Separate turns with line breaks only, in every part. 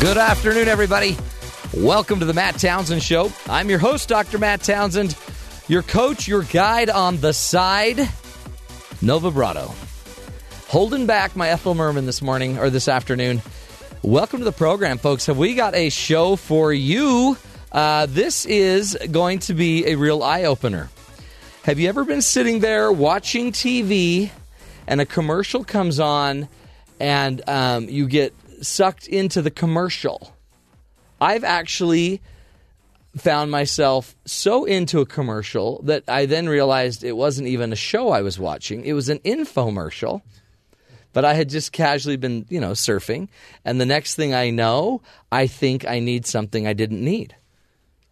Good afternoon, everybody. Welcome to the Matt Townsend Show. I'm your host, Dr. Matt Townsend, your coach, your guide on the side, no vibrato. Holding back my Ethel Merman this morning or this afternoon. Welcome to the program, folks. Have we got a show for you? Uh, this is going to be a real eye opener. Have you ever been sitting there watching TV and a commercial comes on and um, you get sucked into the commercial. I've actually found myself so into a commercial that I then realized it wasn't even a show I was watching, it was an infomercial. But I had just casually been, you know, surfing. And the next thing I know, I think I need something I didn't need.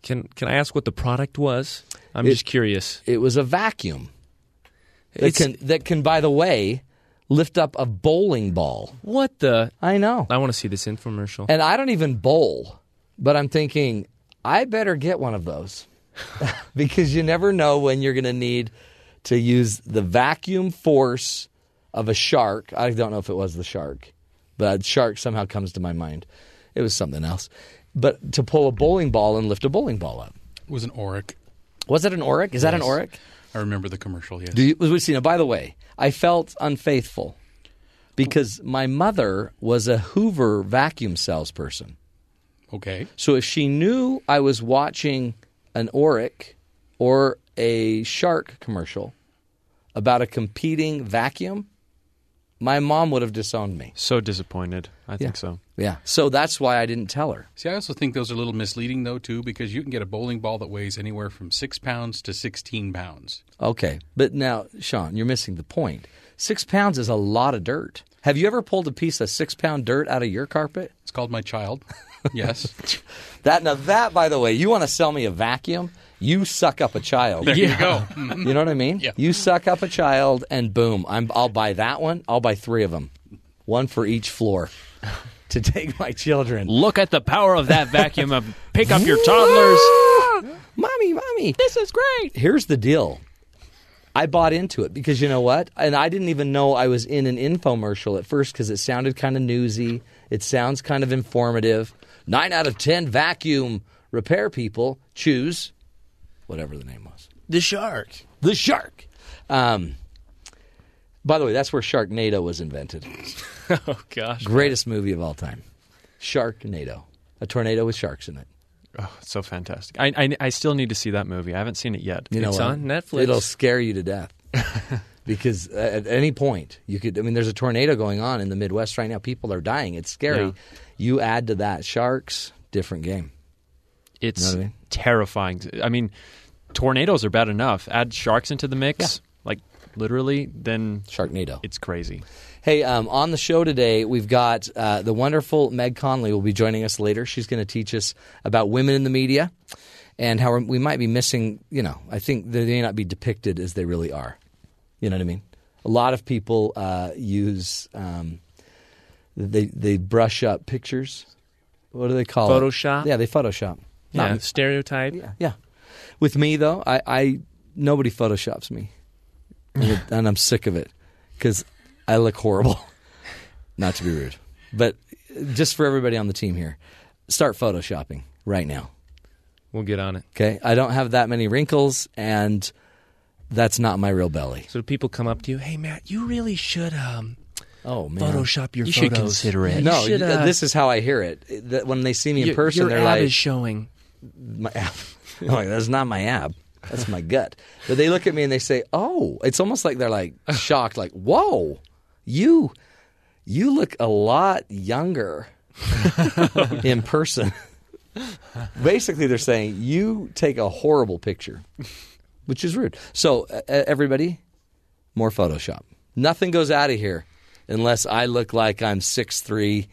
Can Can I ask what the product was? I'm
It-
just curious.
It was a vacuum that
It's-
can, that can, by the way, lift up a bowling ball.
What the?
I know.
I want to see this infomercial.
And I don't even bowl, but I'm thinking I better get one of those because you never know when you're going to need to use the vacuum force of a shark. I don't know if it was the shark, but shark somehow comes to my mind. It was something else. But to pull a bowling ball and lift a bowling ball up.
was an auric.
Was it an auric? Is that an auric?
I remember the commercial. Yes.
Do you, was was- you know, by the way, I felt unfaithful because my mother was a Hoover vacuum salesperson.
okay.
So if she knew I was watching an auric or a shark commercial about a competing vacuum, my mom would have disowned me.
So disappointed. I think so.
Yeah. So that's why I didn't tell her.
See, I also think those are a little misleading though too, because you can get a bowling ball that weighs anywhere from six pounds to sixteen pounds.
Okay. But now, Sean, you're missing the point. Six pounds is a lot of dirt. Have you ever pulled a piece of six pound dirt out of your carpet?
It's called my child. Yes.
That now that by the way, you want to sell me a vacuum? You suck up a child.
There you go. Mm.
You know what I mean?
Yeah.
You suck up a child, and boom, I'm, I'll buy that one. I'll buy three of them, one for each floor, to take my children.
Look at the power of that vacuum. Of pick up your toddlers.
mommy, mommy.
this is great.
Here's the deal. I bought into it because you know what? And I didn't even know I was in an infomercial at first because it sounded kind of newsy. It sounds kind of informative. Nine out of ten vacuum repair people choose whatever the name was.
The shark.
The shark. Um, by the way, that's where Sharknado was invented.
Oh gosh,
Greatest movie of all time. Sharknado. A tornado with sharks in it.
oh, it's so fantastic. I, I I still need to see that movie. I haven't seen it yet.
You know
it's
what?
on Netflix.
It'll scare you to death. because at any point, you could, I mean, there's a tornado going on in the Midwest right now. People are dying. It's scary.
Yeah.
You add to that sharks, different game.
it's
know what I mean?
terrifying. I mean, tornadoes are bad enough. Add sharks into the mix, like literally, then
Sharknado.
it's crazy.
Hey, um, on the show today, we've got uh, the wonderful Meg Conley will be joining us later. She's going to teach us about women in the media and how we might be missing, you know, I think they may not be depicted as they really are. You know what I mean? A lot of people uh, use, um, they, they brush up pictures. What do they call it?
Photoshop?
Yeah, they Photoshop. Not
Yeah, stereotype.
yeah, yeah. With me though, I, I nobody photoshops me, and, it- and I'm sick of it because I look horrible. Not to be rude, but just for everybody on the team here, start photoshopping right now.
We'll get on it.
Okay, I don't have that many wrinkles, and that's not my real belly.
So people come up to you, hey Matt, you really should um,
Oh man,
Photoshop your
You
photos.
should consider it.
Yeah, you
No,
should, uh,
this is how I hear it. That When they see me in
your-
person,
your
they're
ab
like,
is showing.
my ab. I'm like, that's not my ab. That's my gut. But they look at me and they say, "Oh!" It's almost like they're like shocked, like, "Whoa, you, you look a lot younger in person." Basically, they're saying you take a horrible picture, which is rude. So, uh, everybody, more Photoshop. Nothing goes out of here unless I look like I'm six three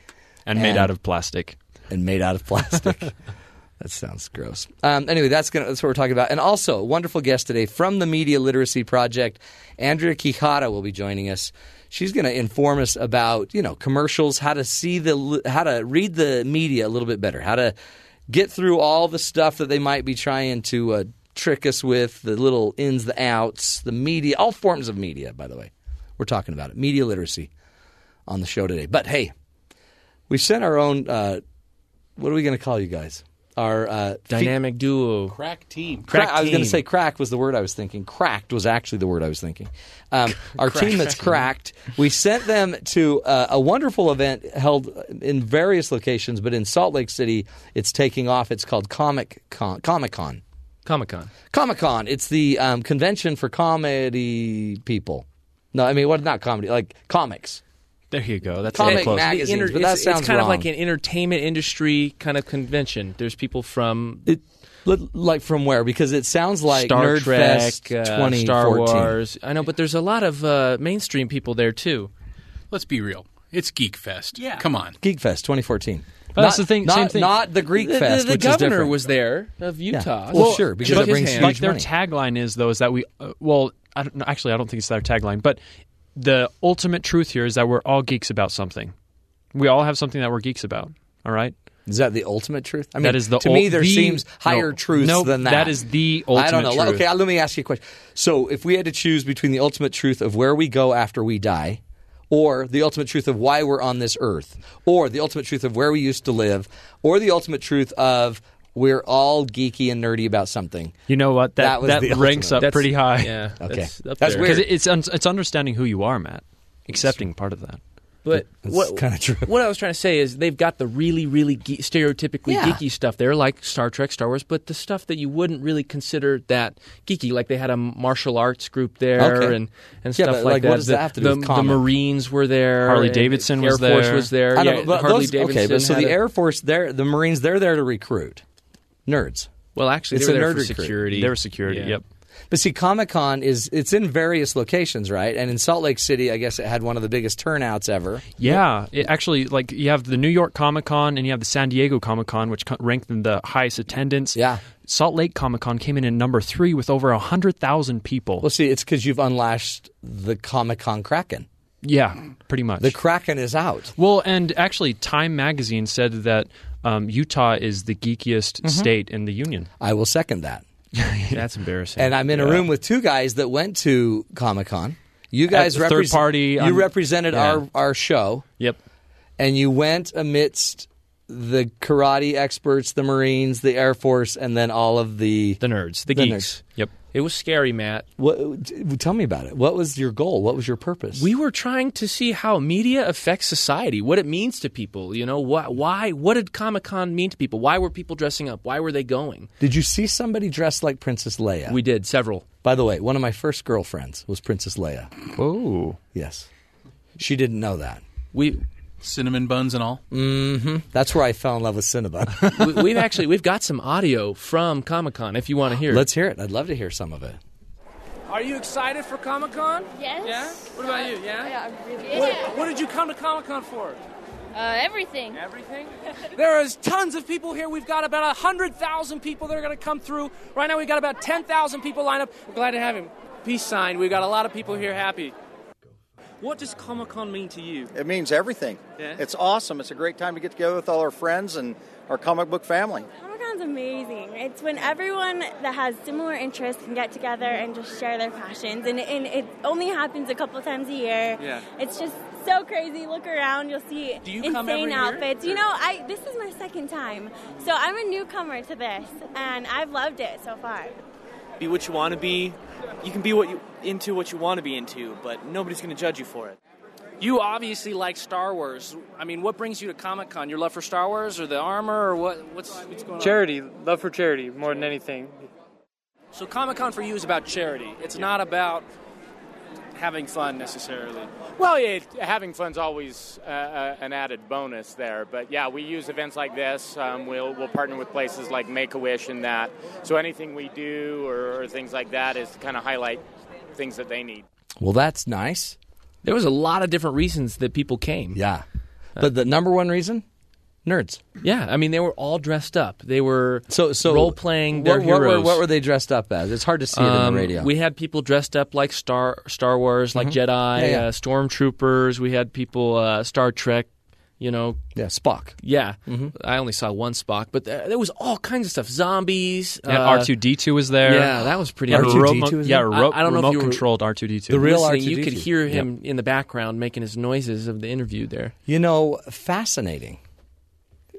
And, made
And-
out of plastic.
and made out of plastic. that sounds gross. Um, anyway, that's gonna, that's what we're talking about. And also, a wonderful guest today from the Media Literacy Project, Andrea Quijada will be joining us. She's going to inform us about you know commercials, how to see the, how to read the media a little bit better, how to get through all the stuff that they might be trying to uh, trick us with, the little ins, the outs, the media, all forms of media. By the way, we're talking about it, media literacy, on the show today. But hey, we sent our own. Uh, what are we going to call you guys? Our uh, fe-
Dynamic duo.
Crack team.
Crack,
Crack
I was going to
team.
say cracked was the word I was thinking. Cracked was actually the word I was thinking. Um, our team that's cracked, we sent them to uh, a wonderful event held in various locations, but in Salt Lake City, it's taking off. It's called Comic Con. Comic Con.
Comic Con.
Comic Con. It's the um, convention for comedy people. No, I mean, what? Not comedy, like comics.
There you go. That's
Comic
it. close.
mag- Magazines, but that
it's,
sounds
it's kind
wrong.
of like an entertainment industry kind of convention. There's people from
It, li- like from where? Because it sounds like
Star
Nerd
Trek,
Fest
uh,
2014.
Star Wars. I know, but there's a lot of uh, mainstream people there too.
Let's be real. It's Geek Fest. Yeah. Come on.
Geek Fest 2014.
But that's the thing-
Not,
same thing.
not the Greek
The, the-
Fest,
the
which is
governor
different.
was there of Utah.
Well, sure, because
shook
it brings
his
huge
hand.
like their
money.
tagline is though is that we uh, well I don't, no, actually I don't think it's their tagline but the ultimate truth here is that we're all geeks about something we all have something that we're geeks about all right
Is that the ultimate truth? I mean,
that is the
to
ul-
me there
the-
seems higher
no,
truths
nope,
than that.
that is the
I don't know.
ultimate
Let-
truth.
Okay, let me ask you a question. So, if we had to choose between the ultimate truth of where we go after we die, or the ultimate truth of why we're on this earth, or the ultimate truth of where we used to live, or the ultimate truth of we're all geeky and nerdy about something.
you know what
That
that
was
that,
the
ranks
ultimate.
up pretty high
Yeah.
Okay.
That's, up
That's
there.
weird.
because it's un- it's understanding who you are Matt accepting part of that
But
That's
what
kinda true.
What I was trying to say is they've got the really, really ge- stereotypically
Yeah.
geeky stuff there, like Star Trek, Star Wars, but the stuff that you wouldn't really consider that geeky. Like they had a martial arts group there
Okay.
and, and
Yeah,
stuff
but,
like,
like,
that.
what does
the,
that have to do
the,
with
the
comic?
Marines were there.
Harley
and
Davidson
Air
was
Force
there.
was there.
I don't
yeah,
know, but
Harley
those-
Davidson.
okay, but so
had
the
a-
Air Force, they're, the Marines, they're there to recruit nerds.
Well, actually,
It's
they were
a
there
nerd
for
recruit.
security.
They were security
Yeah.
yep
But see, Comic Con is it's in various locations, right? And in Salt Lake City, I guess it had one of the biggest turnouts ever.
Yeah, it actually, like you have the New York Comic Con and you have the San Diego Comic Con, which co- ranked in the highest attendance.
Yeah.
Salt Lake Comic Con came in at number three with over hundred thousand people.
Well, see, it's because you've unlashed the Comic Con Kraken.
yeah, pretty much.
The Kraken is out.
well, and actually, Time Magazine said that um, Utah is the
Mm-hmm.
geekiest state in the union.
I will second that.
That's embarrassing.
And I'm in a room with two guys that went to Comic Con. You guys,
the third
represe-
party,
You
I'm-
represented
yeah.
our our show,
Yep.
and you went amidst the karate experts, the Marines, the Air Force, and then all of the.
the nerds, the,
The
geeks.
Yep.
It was scary, Matt.
what, t- tell me about it. What was your goal? What was your purpose?
we were trying to see how media affects society, what it means to people. You know, wh- why? What did Comic Con mean to people? Why were people dressing up? Why were they going?
Did you see somebody dressed like Princess Leia?
We did several.
By the way, one of my first girlfriends was Princess Leia.
Oh,
Yes. She didn't know that.
We,
Cinnamon buns and all.
That's where I fell in love with Cinnabon.
we we've actually we've got some audio from Comic Con if you want to hear.
Let's hear it. I'd love to hear some of it.
Are you excited for Comic Con?
Yes.
Yeah? What about you? Yeah?
Yeah, I'm really
What, what did you come to Comic Con for?
Uh, everything.
Everything? there is tons of people here. We've got about 100,000 people that are going to come through. Right now, we've got about 10,000 people lined up. We're glad to have him. Peace sign. We've got a lot of people here happy. What does Comic Con mean to you?
It means everything.
Yeah.
It's awesome. It's a great time to get together with all our friends and our comic book family.
Comic Con's amazing. It's when everyone that has similar interests can get together and just share their passions. And, and it only happens a couple times a year.
Yeah.
It's just so crazy. Look around, you'll see
Do you
insane
come every year?
outfits. You know, I this is my second time. So I'm a newcomer to this and I've loved it so far.
be what you want to be. You can be what you into what you want to be into, but nobody's going to judge you for it.
You obviously like Star Wars. I mean, what brings you to Comic Con? Your love for Star Wars or the armor or what, what's, what's going on?
Charity, love for charity more than anything.
So Comic Con for you is about charity. It's not about having fun necessarily.
Well, it, having fun's always uh, uh, an added bonus there. But yeah, we use events like this. Um, we'll, we'll partner with places like Make a Wish and that. So anything we do or, or things like that is to kind of highlight things that they need.
Well, that's nice.
There was a lot of different reasons that people came.
Yeah. But the number one reason? nerds.
Yeah, I mean they were all dressed up. They were
So, so
role playing their
what, what
heroes.
Were, what were they dressed up as? It's hard to see it on
Um,
the radio. Mm-hmm.
We had people dressed up like Star Star Wars, like Jedi,
Yeah, yeah.
Uh, stormtroopers. We had people uh, Star Trek. You know,
yeah, Spock.
yeah.
Mm-hmm.
I only saw one Spock, but th- there was all kinds of stuff. Zombies.
And
uh,
R two D two was there.
Yeah, that was pretty.
Yeah,
amazing.
remote,
was
yeah,
there?
remote,
I- I don't know if you were-
controlled R two D two.
The real
uh, Listening, You
R2D2.
could hear him in the background making his noises of the interview there.
You know, fascinating.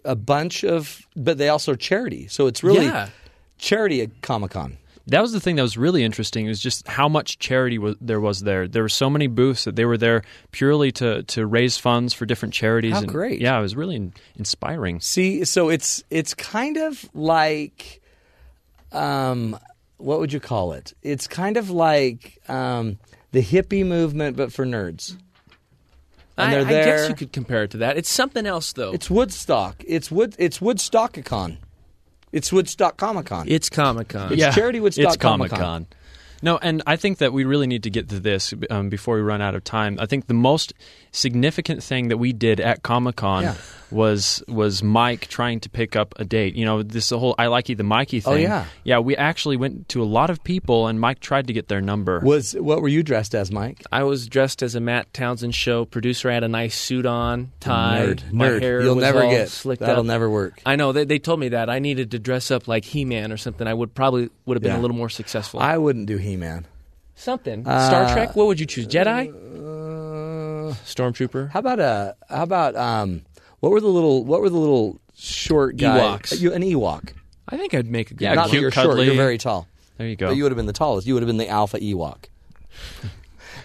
A bunch of, but they also are charity. So it's really
Yeah.
charity at Comic Con.
that was the thing that was really interesting was just how much charity was, there was there. There were so many booths that they were there purely to to raise funds for different charities.
How
and,
great.
Yeah, it was really in, inspiring.
See, so it's it's kind of like, um, what would you call it? It's kind of like um, the hippie movement, but for nerds. And
I,
they're
I
there.
guess you could compare it to that. It's something else though.
It's Woodstock. It's Wood. It's Woodstockicon. It's Woodstock Comic Con.
it's Comic Con.
It's charity with
it's
Stock Comic-Con.
Comic-Con. No, and I think that we really need to get to this um, before we run out of time. I think the most significant thing that we did at Comic Con
Yeah.
was was Mike trying to pick up a date. You know, this whole I likey the Mikey thing.
Oh, yeah.
yeah. We actually went to a lot of people, and Mike tried to get their number.
Was what were you dressed as, Mike?
I was dressed as a Matt Townsend show producer. I had a nice suit on, tie, my
nerd.
hair
You'll
was
never
all
get.
slicked
That'll
up.
never work.
I know they, they told me that I needed to dress up like He Man or something. I would probably would have been
Yeah.
a little more successful.
I wouldn't do He Man.
something
Uh,
Star Trek. What would you choose? Jedi,
Uh,
Stormtrooper.
how about a? How about um? What were the little? What were the little short guy?
Ewoks.
You, an Ewok.
I think I'd make a good.
Yeah,
Not that
cute,
you're short.
cuddly.
You're very tall.
there you go.
But you would have been the tallest. You would have been the alpha Ewok.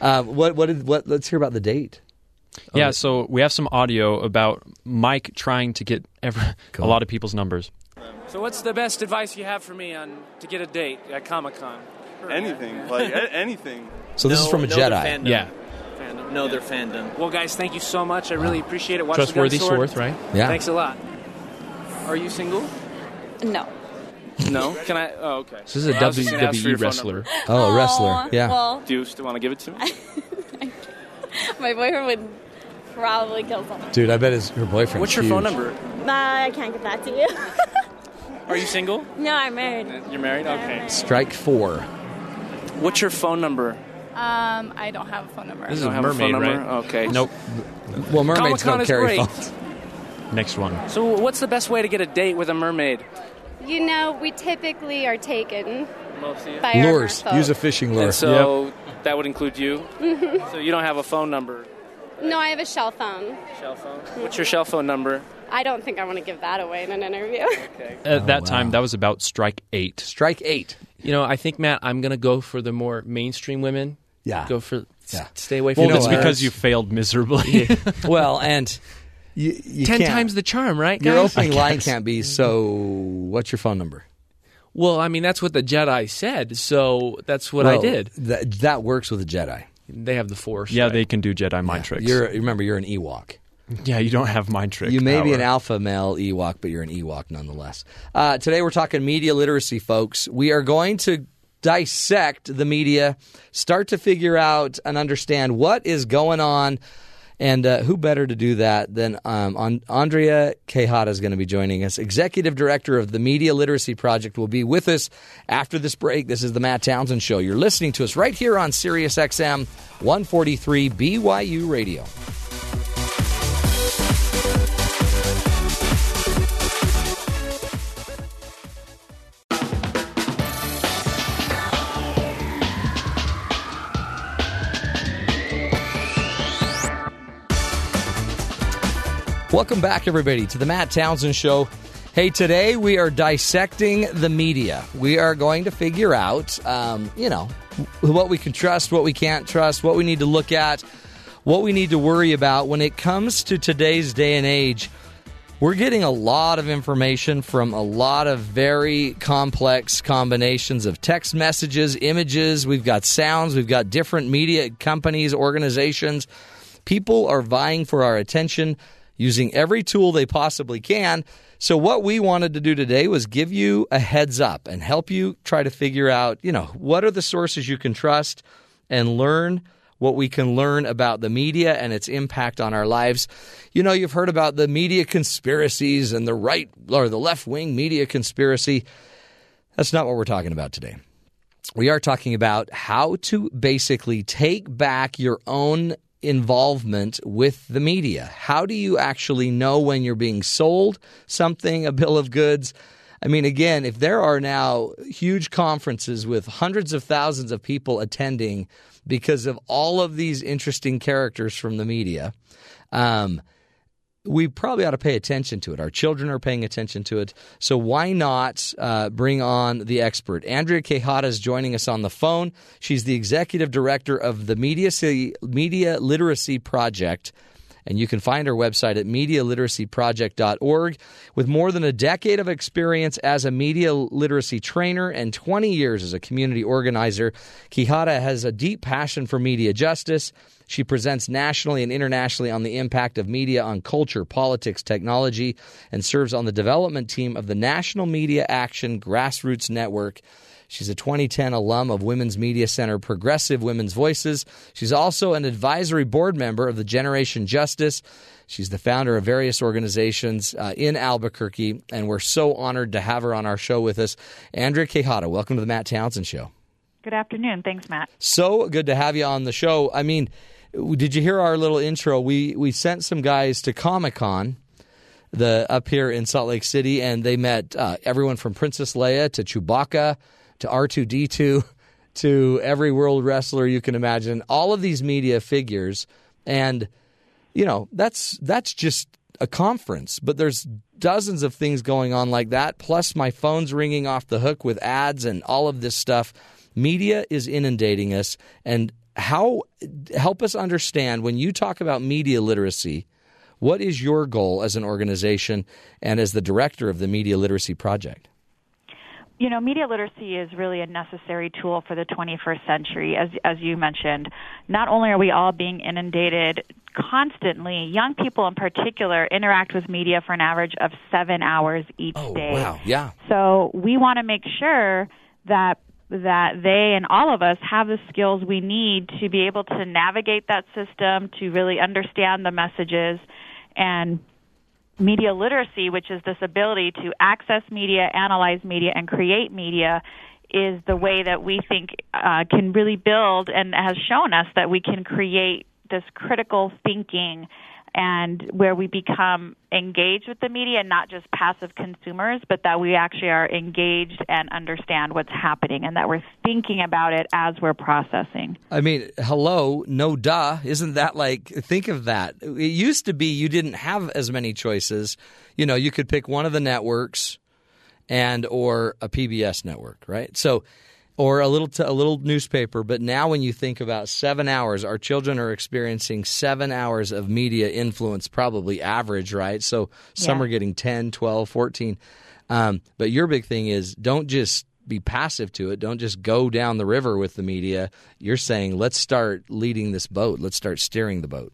uh, what? What? Did, what? Let's hear about the date.
yeah, so we have some audio about Mike trying to get every, a lot of people's numbers.
So, what's the best advice you have for me on to get a date at Comic Con?
Anything, like a- anything.
So this
no,
is from a
no,
Jedi.
Their fandom.
Yeah.
No, their fandom.
Well, guys, thank you so much. I really appreciate it. Watch
Trustworthy
the gun sword.
Sworth, right?
Yeah.
Thanks a lot. Are you single?
No.
No. Can I? Oh, okay.
This is a
Well, I was just gonna ask for your
WWE
phone
wrestler.
number.
Oh, a wrestler.
Aw,
Yeah.
Well,
Do you still want to give it to me?
my boyfriend would probably kill someone.
Dude, I bet his her boyfriend.
What's your phone number?
Uh, I can't give that to you.
Are you single?
no, I'm married.
You're married. Okay.
Strike four.
What's your phone number?
Um, I don't have a phone number.
This is have a phone number. Okay.
Nope.
Well, mermaids
Comic-Con
don't
is
carry
great.
phones.
Next one.
So, what's the best way to get a date with a mermaid?
You know, we typically are taken by
Lures.
our
Use a
merfolk.
fishing lure.
And so that would include you. so you don't have a phone number.
No, I have a shell phone.
Shell phone. What's your shell phone number?
I don't think I want to give that away in an interview.
At
Oh,
that time, that was about strike eight.
Strike eight.
You know, I think Matt, I'm gonna go for the more mainstream women.
Yeah.
Go for. s-
Yeah.
Stay away from.
Well,
know
it's
what?
because you failed miserably.
well, and you, you
Ten
can't-
times the charm, right?
your
guys?
opening line can't be. So, what's your phone number?
Well, I mean, that's what the Jedi said, so that's what I
Well,
did.
That that works with a Jedi.
They have the Force.
yeah,
right?
they can do Jedi mind tricks.
You're remember you're an Ewok.
yeah, you don't have mind tricks.
You may be an alpha male Ewok, but you're an Ewok nonetheless. Uh, today we're talking media literacy, folks. We are going to dissect the media, start to figure out and understand what is going on. And uh, who better to do that than um, An- Andrea Quejada is going to be joining us. Executive Director of the Media Literacy Project will be with us after this break. This is the Matt Townsend Show. You're listening to us right here on Sirius XM 143 BYU Radio. Welcome back, everybody, to the Matt Townsend Show. Hey, today we are dissecting the media. We are going to figure out, um, you know, wh- what we can trust, what we can't trust, what we need to look at, what we need to worry about when it comes to today's day and age. We're getting a lot of information from a lot of very complex combinations of text messages, images, we've got sounds, we've got different media companies, organizations. People are vying for our attention using every tool they possibly can. So what we wanted to do today was give you a heads up and help you try to figure out, you know, what are the sources you can trust and learn what we can learn about the media and its impact on our lives. You know, you've heard about the media conspiracies and the right or the left wing media conspiracy. That's not what we're talking about today. We are talking about how to basically take back your own involvement with the media. How do you actually know when you're being sold something, a bill of goods? I mean, again, if there are now huge conferences with hundreds of thousands of people attending because of all of these interesting characters from the media, um, we probably ought to pay attention to it. Our children are paying attention to it. So why not uh, bring on the expert? Andrea Quejada is joining us on the phone. She's the executive director of the Media, Media Literacy Project. And you can find her website at medialiteracyproject.org. With more than a decade of experience as a media literacy trainer and 20 years as a community organizer, Quijada has a deep passion for media justice. She presents nationally and internationally on the impact of media on culture, politics, technology, and serves on the development team of the National Media Action Grassroots Network. She's a 2010 alum of Women's Media Center Progressive Women's Voices. She's also an advisory board member of the Generation Justice. She's the founder of various organizations uh, in Albuquerque, and we're so honored to have her on our show with us. Andrea Quejada, welcome to the Matt Townsend Show.
Good afternoon. Thanks, Matt.
So good to have you on the show. I mean, did you hear our little intro? We we sent some guys to Comic Con, the up here in Salt Lake City, and they met uh, everyone from Princess Leia to Chewbacca to R two D two to every world wrestler you can imagine. All of these media figures, and you know that's that's just a conference, but there's dozens of things going on like that. Plus, my phone's ringing off the hook with ads and all of this stuff. Media is inundating us, and how help us understand when you talk about media literacy what is your goal as an organization and as the director of the media literacy project
you know, media literacy is really a necessary tool for the 21st century, as as you mentioned. Not only are we all being inundated constantly, young people in particular interact with media for an average of seven hours each
oh,
day.
Wow! Yeah.
So we want to make sure that that they and all of us have the skills we need to be able to navigate that system, to really understand the messages, and media literacy, which is this ability to access media, analyze media, and create media, is the way that we think uh, can really build and has shown us that we can create this critical thinking and where we become engaged with the media and not just passive consumers, but that we actually are engaged and understand what's happening and that we're thinking about it as we're processing.
I mean, hello, no duh. Isn't that like, think of that. It used to be you didn't have as many choices. You know, you could pick one of the networks and or a PBS network, right? So, or a little t- a little newspaper. But now, when you think about seven hours, our children are experiencing seven hours of media influence, probably average, right? So some
Yeah.
are getting 10, 12, 14. Um, but your big thing is don't just be passive to it. Don't just go down the river with the media. You're saying let's start leading this boat. Let's start steering the boat.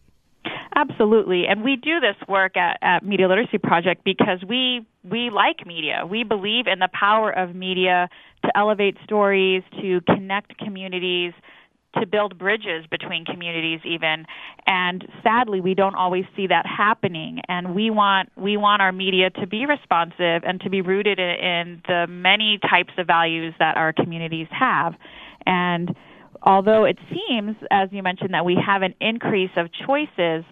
Absolutely, and we do this work at, at Media Literacy Project because we we like media. We believe in the power of media to elevate stories, to connect communities, to build bridges between communities, even. And sadly, we don't always see that happening. And we want we want our media to be responsive and to be rooted in, in the many types of values that our communities have. And although it seems, as you mentioned, that we have an increase of choices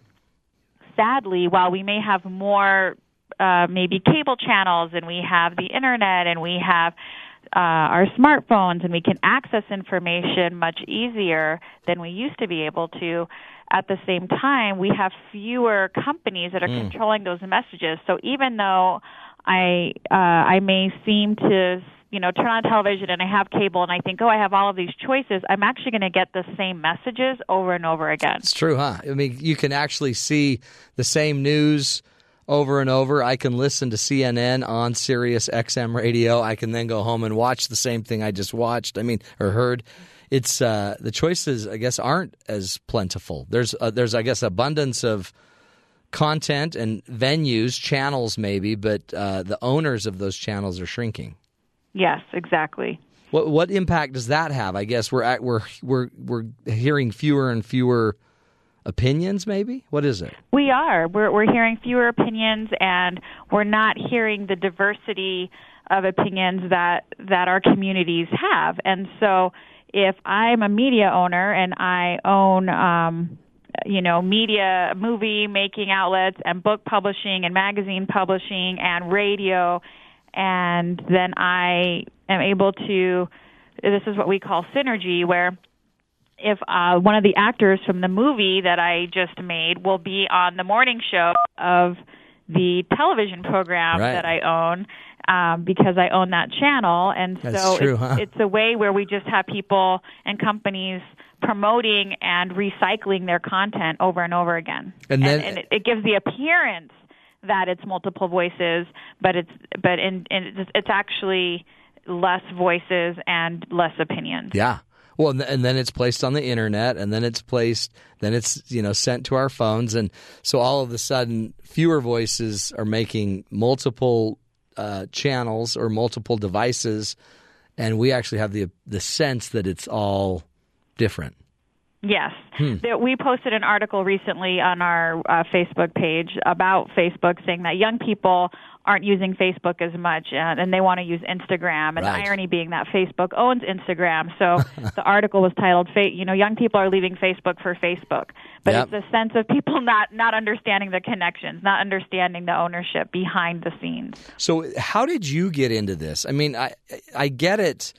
sadly, while we may have more uh, maybe cable channels and we have the internet and we have uh, our smartphones and we can access information much easier than we used to be able to. At the same time, we have fewer companies that are
Mm.
controlling those messages. So even though I uh, I may seem to you know turn on television and I have cable and I think oh I have all of these choices, I'm actually going to get the same messages over and over again.
It's true, huh? I mean, you can actually see the same news over and over. I can listen to CNN on Sirius XM radio. I can then go home and watch the same thing I just watched. I mean, or heard. It's uh, the choices, I guess, aren't as plentiful. There's uh, there's I guess abundance of content and venues, channels maybe, but uh, the owners of those channels are shrinking.
Yes, exactly.
What what impact does that have? I guess we're at, we're we're we're hearing fewer and fewer opinions. Maybe what is it?
We are. We're, we're hearing fewer opinions, and we're not hearing the diversity of opinions that that our communities have. And so, if I'm a media owner and I own, um, you know, media, movie making outlets, and book publishing, and magazine publishing, and radio, and then I am able to. This is what we call synergy, where if uh, one of the actors from the movie that I just made will be on the morning show of the television program
Right.
that I own um, because I own that channel. And
That's
so
true,
it's,
huh?
it's a way where we just have people and companies promoting and recycling their content over and over again.
And then-
and it, it gives the appearance that it's multiple voices, but it's but in, in it's, it's actually less voices and less opinions.
Yeah. Well, and th- and then it's placed on the internet, and then it's placed, then it's you know sent to our phones, and so all of a sudden, fewer voices are making multiple uh, channels or multiple devices, and we actually have the the sense that it's all different.
Yes.
Hmm.
That we posted an article recently on our uh, Facebook page about Facebook saying that young people aren't using Facebook as much uh, and, and they want to use Instagram. And
Right.
the irony being that Facebook owns Instagram. So the article was titled, Fa- you know, young people are leaving Facebook for Facebook. But
Yep.
it's the sense of people not, not understanding the connections, not understanding the ownership behind the scenes.
So, how did you get into this? I mean, I I get it.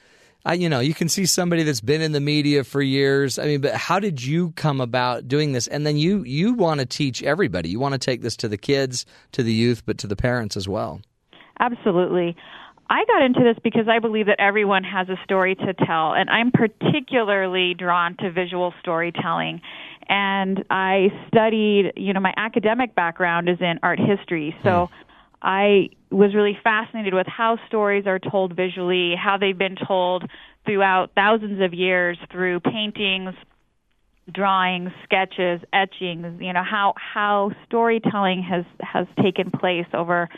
I, you know, you can see somebody that's been in the media for years. I mean, but how did you come about doing this? And then you you want to teach everybody. You want to take this to the kids, to the youth, but to the parents as well.
Absolutely. I got into this because I believe that everyone has a story to tell, and I'm particularly drawn to visual storytelling. And I studied, you know, my academic background is in art history, so I was really fascinated with how stories are told visually, how they've been told throughout thousands of years through paintings, drawings, sketches, etchings, you know, how how storytelling has has taken place over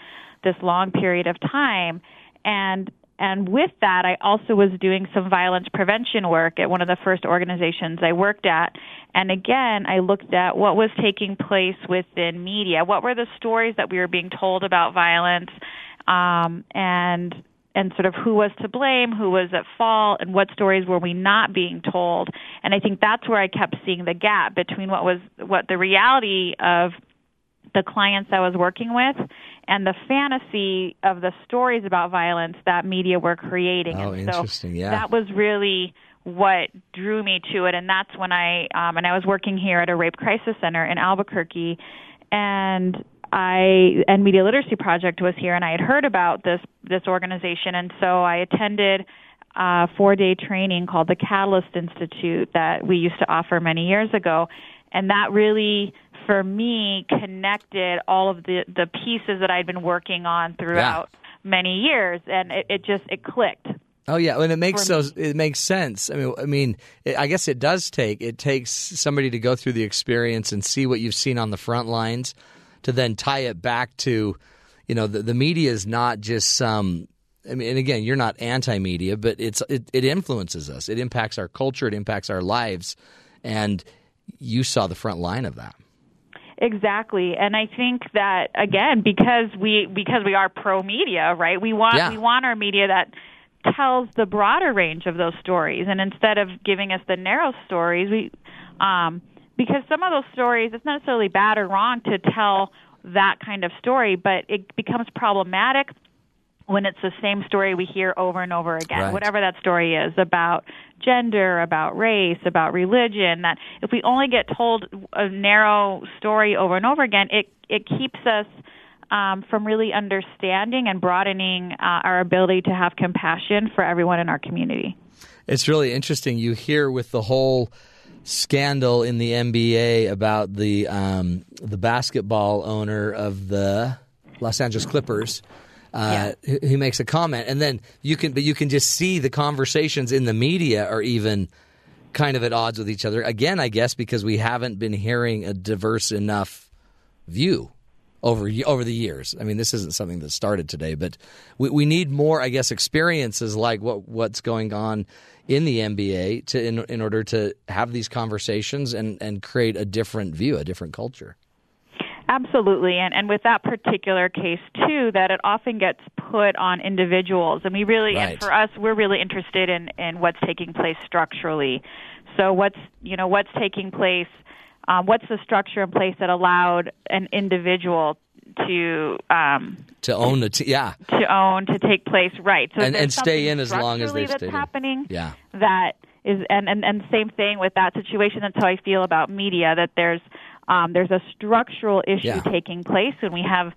this long period of time and and with that I also was doing some violence prevention work at one of the first organizations I worked at and again I looked at what was taking place within media what were the stories that we were being told about violence um, and and sort of who was to blame, who was at fault, and what stories were we not being told. And I think that's where I kept seeing the gap between what was what the reality of the clients I was working with and the fantasy of the stories about violence that media were creating.
Oh,
and so
interesting, yeah.
That was really what drew me to it and that's when I um and I was working here at a rape crisis center in Albuquerque and I and Media Literacy Project was here, and I had heard about this this organization, and so I attended a four day training called the Catalyst Institute that we used to offer many years ago, and that really for me connected all of the the pieces that I'd been working on throughout many years, and it, it just it clicked.
Oh yeah, and it makes
For
those it makes sense. I mean, I mean, it, I guess it does take it takes somebody to go through the experience and see what you've seen on the front lines to then tie it back to, you know, the, the media is not just some. I mean, and again, you're not anti-media, but it's it, it influences us. It impacts our culture. It impacts our lives, and you saw the front line of that.
Exactly, and I think that again because we because we are pro media, right? We want
Yeah.
we want our media that tells the broader range of those stories, and instead of giving us the narrow stories, we um, because some of those stories it's not necessarily bad or wrong to tell that kind of story, but it becomes problematic when it's the same story we hear over and over again,
Right.
whatever that story is about gender, about race, about religion. That if we only get told a narrow story over and over again, it it keeps us um, from really understanding and broadening uh, our ability to have compassion for everyone in our community.
It's really interesting. You hear with the whole scandal in the NBA about the um, the basketball owner of the Los Angeles Clippers. Uh, who, who makes a comment, and then you can, but you can just see the conversations in the media are even kind of at odds with each other. Again, I guess because we haven't been hearing a diverse enough view over y- over the years. I mean, this isn't something that started today, but we, we need more, I guess, experiences like what what's going on in the NBA to in, in order to have these conversations and and create a different view, a different culture.
Absolutely. And, and with that particular case, too, that it often gets put on individuals. And we really,
Right.
and for us, we're really interested in, in what's taking place structurally. So, what's, you know, what's taking place, um, what's the structure in place that allowed an individual to, um,
To own the t- yeah,
to own, to take place, right? So,
and
there's
and stay
something
in as long as
structurally
they've
that's
stayed. in.
happening
Yeah.
that is and, and and same thing with that situation that's how i feel about media that there's um, there's a structural issue
Yeah.
taking place when we have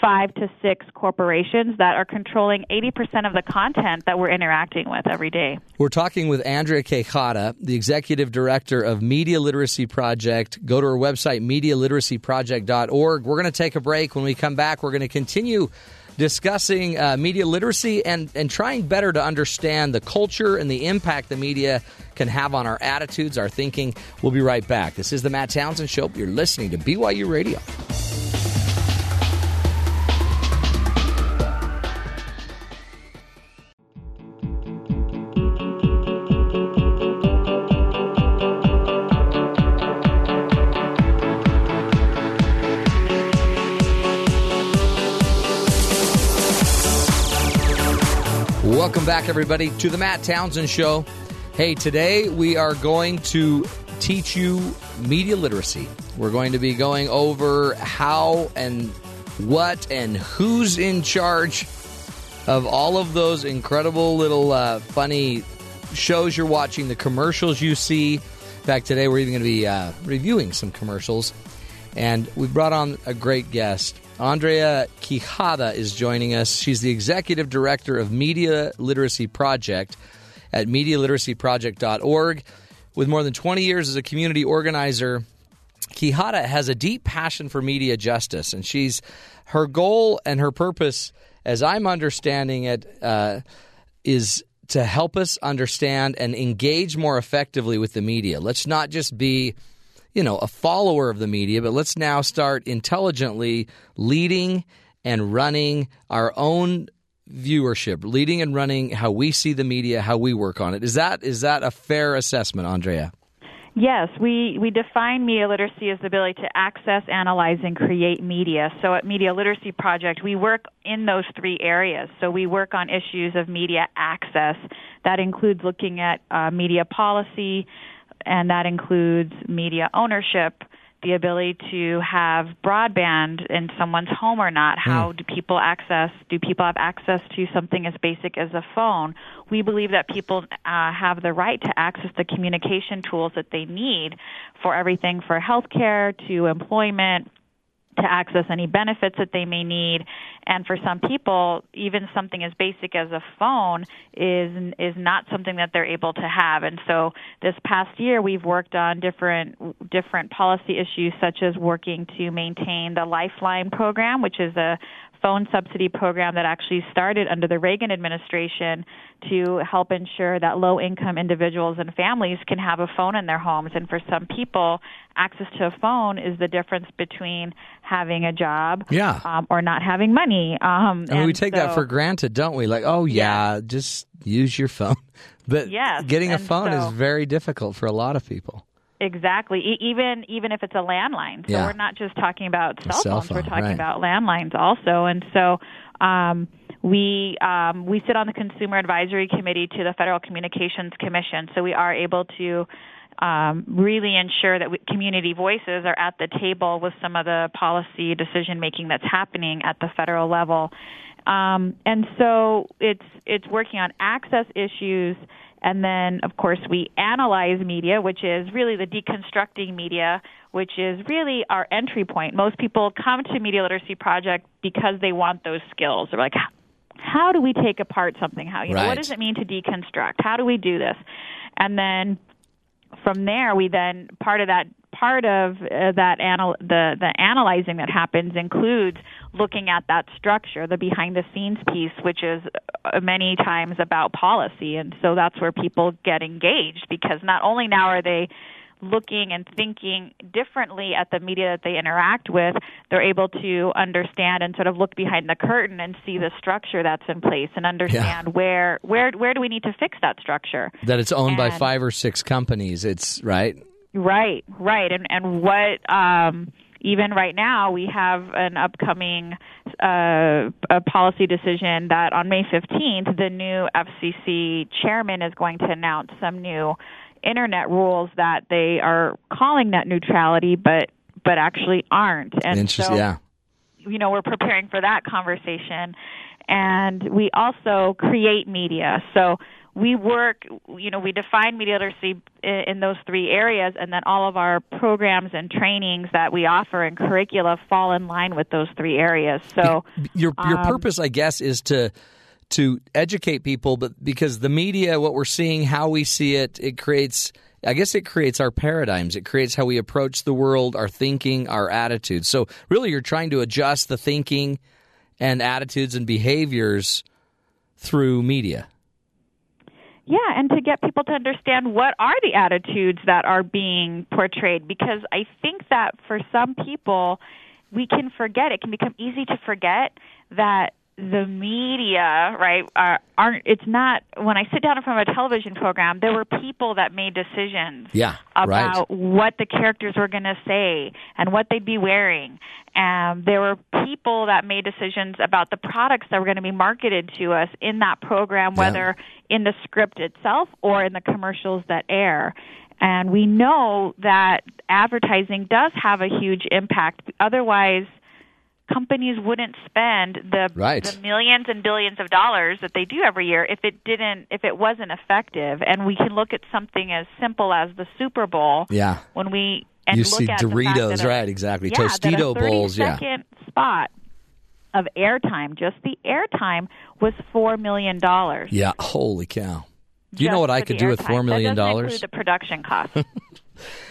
five to six corporations that are controlling 80% of the content that we're interacting with every day
We're talking with Andrea Quejada, the executive director of Media Literacy Project. Go to our website, medialiteracyproject.org. We're going to take a break. When we come back, we're going to continue discussing uh, media literacy and, and trying better to understand the culture and the impact the media can have on our attitudes, our thinking. We'll be right back. This is the Matt Townsend Show. You're listening to BYU Radio. Welcome back, everybody, to the Matt Townsend Show. Hey, today we are going to teach you media literacy. We're going to be going over how and what and who's in charge of all of those incredible little uh, funny shows you're watching, the commercials you see. In fact, today we're even going to be uh, reviewing some commercials. And we brought on a great guest. Andrea Quijada is joining us. She's the executive director of Media Literacy Project at medialiteracyproject.org. With more than 20 years as a community organizer, Quijada has a deep passion for media justice, and she's her goal and her purpose, as I'm understanding it, uh, is to help us understand and engage more effectively with the media. Let's not just be, you know, a follower of the media, but let's now start intelligently leading and running our own viewership, leading and running how we see the media, how we work on it. Is that is that a fair assessment, Andrea?
Yes, we, we define media literacy as the ability to access, analyze, and create media. So at Media Literacy Project, we work in those three areas. So we work on issues of media access. That includes looking at uh, media policy, and that includes media ownership, the ability to have broadband in someone's home or not. How do people access? Do people have access to something as basic as a phone? We believe that people uh, have the right to access the communication tools that they need for everything for healthcare to employment. To access any benefits that they may need, and for some people, even something as basic as a phone is is not something that they're able to have. And so, this past year, we've worked on different different policy issues, such as working to maintain the Lifeline program, which is a phone subsidy program that actually started under the Reagan administration to help ensure that low income individuals and families can have a phone in their homes. And for some people, access to a phone is the difference between having a job
Yeah.
um, or not having money. Um,
I mean, we
and
take that
so-
for granted, don't we? Like, oh yeah, just use your phone. But
Yes,
getting a
and
phone
so-
is very difficult for a lot of people.
Exactly. E- even even if it's a landline, so
Yeah.
we're not just talking about cell,
cell
phones. we're
phone,
talking
right.
about landlines also, and so um, we um, we sit on the Consumer Advisory Committee to the Federal Communications Commission, so we are able to. Um, really ensure that we, community voices are at the table with some of the policy decision making that's happening at the federal level, um, and so it's it's working on access issues and then of course we analyze media which is really the deconstructing media which is really our entry point most people come to media literacy project because they want those skills they're like how do we take apart something how you know
Right.
what does it mean to deconstruct how do we do this and then from there we then part of that part of uh, that anal- the the analyzing that happens includes looking at that structure the behind the scenes piece which is uh, many times about policy and so that's where people get engaged because not only now are they looking and thinking differently at the media that they interact with, they're able to understand and sort of look behind the curtain and see the structure that's in place and understand where where where do we need to fix that structure.
That it's owned by
And-
five or six companies. It's right.
Right, right, and and what um, even right now we have an upcoming uh, a policy decision that on May fifteenth the new FCC chairman is going to announce some new internet rules that they are calling net neutrality, but but actually aren't. And
Interesting.
so,
yeah.
you know we're preparing for that conversation and we also create media so we work you know we define media literacy i- in those three areas and then all of our programs and trainings that we offer and curricula fall in line with those three areas so
your your
Um,
purpose, I guess, is to to educate people, but because the media, what we're seeing, how we see it, it creates. I guess it creates our paradigms. It creates how we approach the world, our thinking, our attitudes. So really, you're trying to adjust the thinking and attitudes and behaviors through media.
Yeah, and to get people to understand what are the attitudes that are being portrayed because I think that for some people we can forget it can become easy to forget that the media, right, are, aren't it's not when I sit down in front of a television program, there were people that made decisions
Yeah. right.
about what the characters were going to say and what they'd be wearing. Um, there were people that made decisions about the products that were going to be marketed to us in that program, whether in the script itself or in the commercials that air. And we know that advertising does have a huge impact. Otherwise, companies wouldn't spend the,
Right.
the millions and billions of dollars that they do every year if it didn't if it wasn't effective and we can look at something as simple as the super bowl
Yeah.
when we and
you
look
see
at the fact
Doritos,
that a-
right? Exactly.
yeah,
Tostito
that a
bowls. Yeah.
Second spot of airtime, just the airtime was four million dollars.
Yeah. Holy cow. Do you know
just
what I
for
could
the
do with
airtime.
$4 million?
That doesn't include the production cost.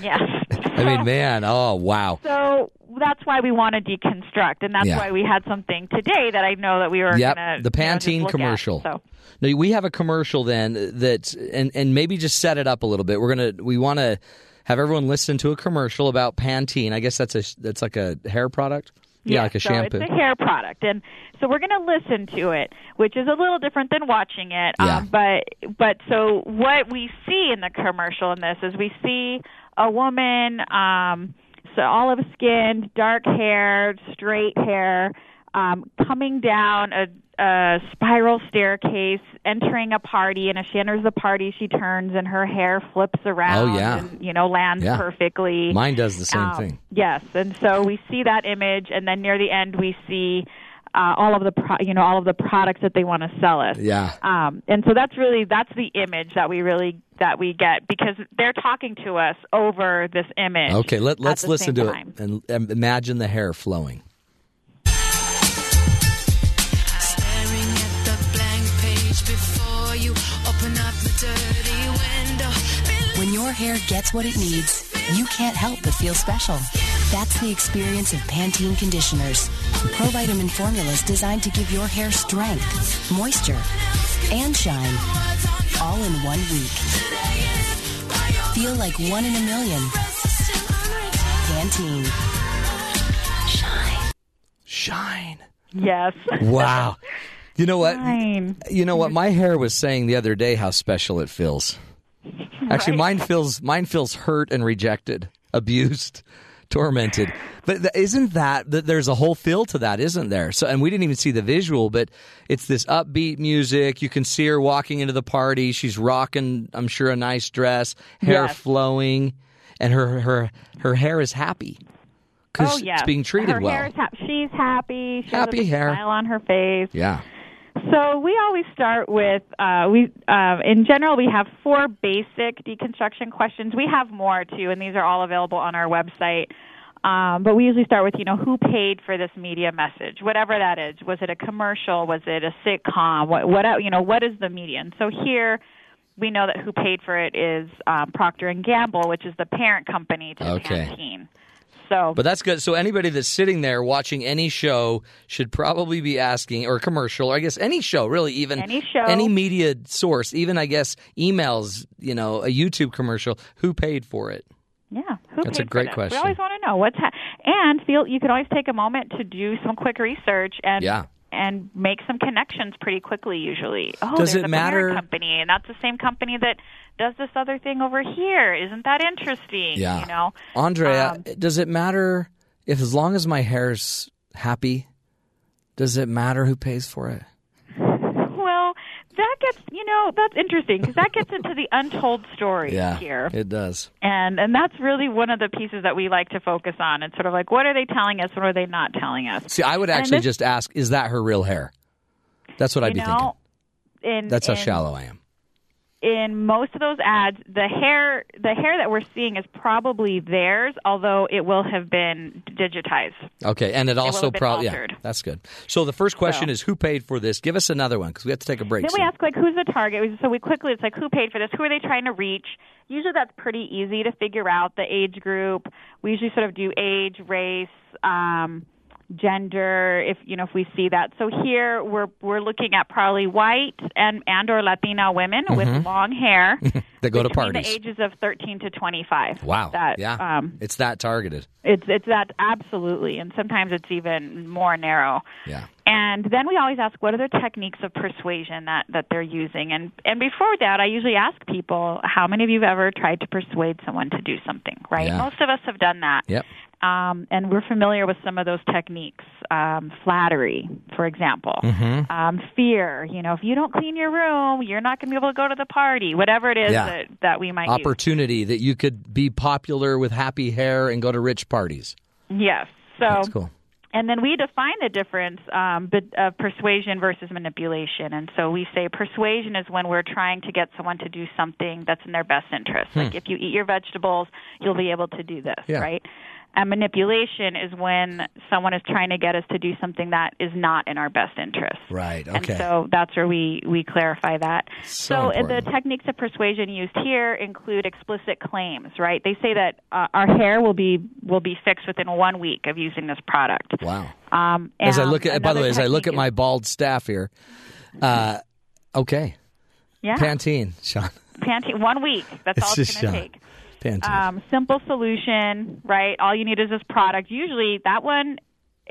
yes.
I mean, man. Oh, wow.
So that's why we want to deconstruct, and that's
Yeah.
why we had something today that I know that we were
yep,
going to
the Pantene commercial. Now, we have a commercial then that, and and maybe just set it up a little bit. We're gonna we want to have everyone listen to a commercial about Pantene. I guess that's a that's like a hair product. Yeah, like a
so
shampoo.
It's a hair product, and so we're going to listen to it, which is a little different than watching it. Um, but but so what we see in the commercial in this is we see a woman, um, so olive skinned, dark hair, straight hair, um, coming down a, a spiral staircase, entering a party, and as she enters the party, she turns and her hair flips around,
Oh, yeah.
and you know lands
Yeah.
perfectly.
Mine does the same
Um,
thing.
Yes, and so we see that image, and then near the end we see uh, all of the pro- you know all of the products that they want to sell us.
Yeah.
Um, and so that's really that's the image that we really that we get because they're talking to us over this image.
Okay, let
at
let's
the
listen
same
to
time.
it and, and imagine the hair flowing.
Staring at the blank page before you open up the dirty window.
When your hair gets what it needs, you can't help but feel special. That's the experience of Pantene conditioners. Provitamin formulas designed to give your hair strength, moisture, and shine all in one week. Feel like one in a million. Pantene. Shine.
Shine.
Yes.
Wow. You know what?
Fine.
You know what? My hair was saying the other day how special it feels. Actually, mine feels mine feels hurt and rejected, abused, tormented. But th- isn't that that there's a whole feel to that, isn't there? So, and we didn't even see the visual, but it's this upbeat music. You can see her walking into the party. She's rocking, I'm sure, a nice dress, hair
Yes.
flowing, and her her her hair is happy because
oh yes.
it's being treated
her
well.
Hair is hap- she's happy. She has a
Happy
big
hair.
Smile on her face.
yeah.
So we always start with uh, we uh, in general we have four basic deconstruction questions. We have more too, and these are all available on our website. Um, but we usually start with you know who paid for this media message, whatever that is. Was it a commercial? Was it a sitcom? What what you know what is the media? And so here we know that who paid for it is um, Procter and Gamble, which is the parent company to
Okay.
Pantene. So
But that's good. So anybody that's sitting there watching any show should probably be asking, or commercial, or I guess any show, really, even
Any show.
any media source, even I guess emails, you know, a YouTube commercial, who paid for it?
Yeah, who
That's
paid
a great
for them?
question.
We always want to know what's ha- and feel you could always take a moment to do some quick research and
Yeah.
and make some connections pretty quickly. Usually, oh,
Does
there's
it
a
matter-
parent company, and that's the same company that does this other thing over here. Isn't that interesting?
Yeah.
you know. um,
Andrea, does it matter if as long as my hair's happy, does it matter who pays for it?
Well, that gets you know that's interesting because that gets into the untold story here.
It does.
And and that's really one of the pieces that we like to focus on. It's sort of like what are they telling us? What are they not telling us?
See, I would
And
actually
this-
just ask, is that her real hair? That's what I'd be
you know, In,
thinking. That's how
in-
shallow I am.
In most of those ads, the hair the hair that we're seeing is probably theirs, although it will have been digitized.
Okay, and it
will
also
have been
probably yeah,
altered.
that's good. So the first question is who paid for this? Give us another one because we have to take a break.
Then we
soon.
ask like who's the target? We- So we quickly it's like who paid for this? Who are they trying to reach? Usually that's pretty easy to figure out the age group. We usually sort of do age, race, um, gender if you know if we see that. So here we're we're looking at probably white and and or Latina women
Mhm.
with long hair.
they go to
between
parties.
The ages of 13 to 25.
wow.
That,
yeah.
Um,
it's that targeted.
it's it's that absolutely, and sometimes it's even more narrow.
Yeah.
And then we always ask, what are their techniques of persuasion that that they're using? And and before that, I usually ask people, how many of you have ever tried to persuade someone to do something? Right.
Yeah.
Most of us have done that.
Yep.
Um, and we're familiar with some of those techniques. Um, flattery, for example.
Mm-hmm.
Mhm.
Um, fear. You know, if you don't clean your room, you're not going to be able to go to the party. Whatever it is
Yeah.
that, that we might use.
Opportunity that you could be popular with happy hair and go to rich parties.
Yes. So
That's cool.
And then we define the difference um, bet- of persuasion versus manipulation. And so we say persuasion is when we're trying to get someone to do something that's in their best interest.
Hmm.
Like if you eat your vegetables, you'll be able to do this,
Yeah.
right? And manipulation is when someone is trying to get us to do something that is not in our best interest.
Right.
And
Okay.
so that's where we, we clarify that.
So
and the
important.
techniques of persuasion used here include explicit claims, right? They say that uh, our hair will be will be fixed within one week of using this product.
Wow.
Um,
As I
and
look at, by the
another
way, as I look at
technique
my bald staff here, uh, okay,
is- yeah,
Pantene, Sean.
Pantene, one week. That's all it's
just
going to
Sean.
take.
Pantene.
Um, simple solution, right? All you need is this product. Usually, that one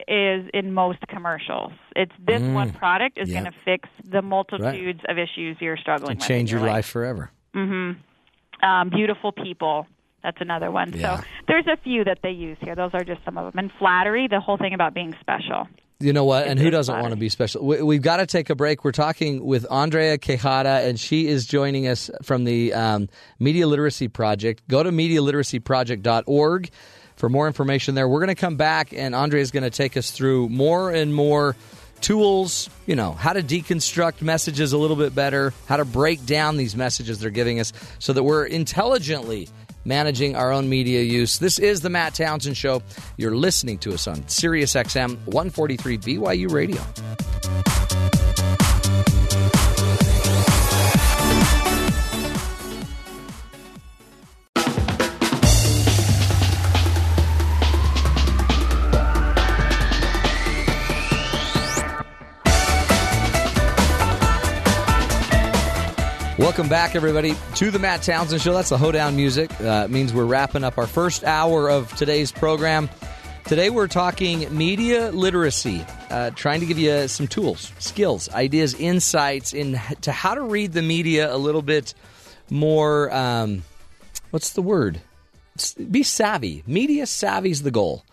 is in most commercials. It's this
Mm.
one product is
Yeah.
going to fix the multitudes of issues you're struggling
Can
with.
change your life forever.
Mm-hmm. Um, beautiful people. That's another one.
Yeah.
So there's a few that they use here. Those are just some of them. And flattery, the whole thing about being special.
You know what? And who doesn't want to be special? We, we've got to take a break. We're talking with Andrea Quejada, and she is joining us from the um, Media Literacy Project. Go to medialiteracyproject.org for more information there. We're going to come back, and Andrea is going to take us through more and more tools, you know, how to deconstruct messages a little bit better, how to break down these messages they're giving us so that we're intelligently managing our own media use. This is the Matt Townsend Show. You're listening to us on SiriusXM 143 BYU Radio. Welcome back, everybody, to the Matt Townsend Show. That's the hoedown music. Uh, it means we're wrapping up our first hour of today's program. Today, we're talking media literacy, uh, trying to give you some tools, skills, ideas, insights into how to read the media a little bit more. Um, what's the word? S- Be savvy. Media savvy's the goal.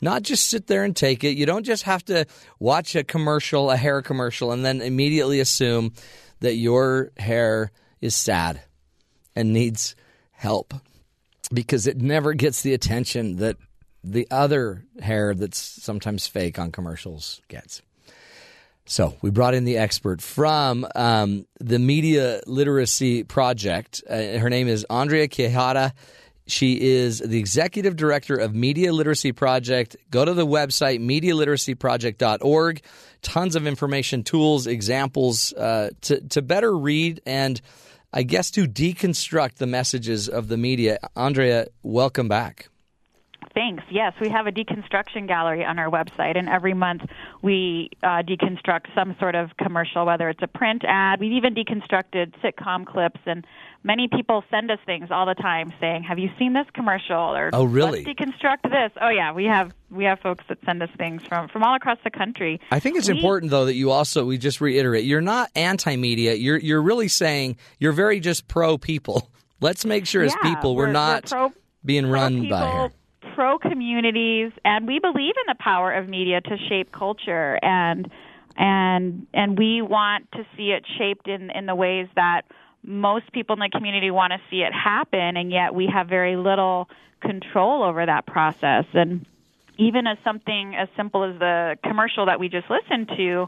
Not just sit there and take it. You don't just have to watch a commercial, a hair commercial, and then immediately assume that your hair is sad and needs help because it never gets the attention that the other hair that's sometimes fake on commercials gets. So we brought in the expert from um, the Media Literacy Project. Uh, her name is Andrea Quijada. She is the executive director of Media Literacy Project. Go to the website medialiteracyproject.org. Tons of information, tools, examples uh, to to better read and I guess to deconstruct the messages of the media. Andrea, welcome back.
Thanks. Yes, we have a deconstruction gallery on our website, and every month we uh, deconstruct some sort of commercial, whether it's a print ad. We've even deconstructed sitcom clips, and many people send us things all the time saying, "Have you seen this commercial?" Or
Oh, really?
"Let's deconstruct this." Oh yeah, we have we have folks that send us things from from all across the country.
I think it's
We-
important though that you also we just reiterate you're not anti-media. You're you're really saying you're very just pro people. Let's make sure as
Yeah,
people we're,
we're- we're
not
pro-
being run by her.
pro communities and we believe in the power of media to shape culture and and and we want to see it shaped in in the ways that most people in the community want to see it happen and yet we have very little control over that process and even as something as simple as the commercial that we just listened to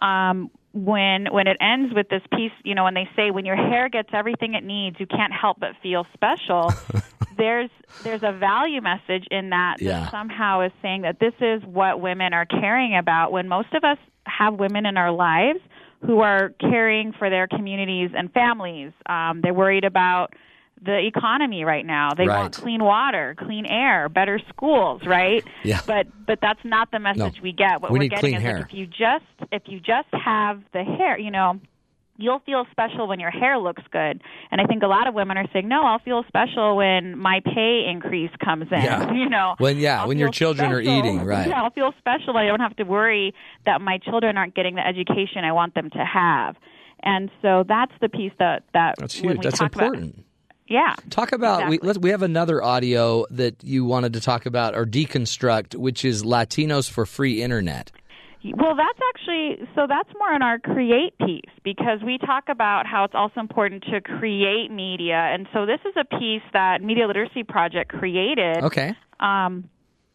um, when when it ends with this piece, you know, when they say when your hair gets everything it needs, you can't help but feel special. there's there's a value message in that
Yeah.
that somehow is saying that this is what women are caring about. When most of us have women in our lives who are caring for their communities and families, um, they're worried about the economy right now. They
Right.
want clean water, clean air, better schools, right?
Yeah.
But but that's not the message we get. What
We
are
need
getting
clean
is
hair.
like if you just if you just have the hair, you know, you'll feel special when your hair looks good. And I think a lot of women are saying, "No, I'll feel special when my pay increase comes in."
Yeah.
You know.
When yeah, when your
feel
children are
special.
eating, right.
Yeah, I'll feel special. I don't have to worry that my children aren't getting the education I want them to have. And so that's the piece that that
That's
when
huge.
we
That's
talk about-
important.
yeah.
Talk about
Exactly.
we let's, we have another audio that you wanted to talk about or deconstruct, which is Latinos for free internet.
Well, that's actually so that's more in our create piece because we talk about how it's also important to create media. And so this is a piece that Media Literacy Project created.
Okay.
Um,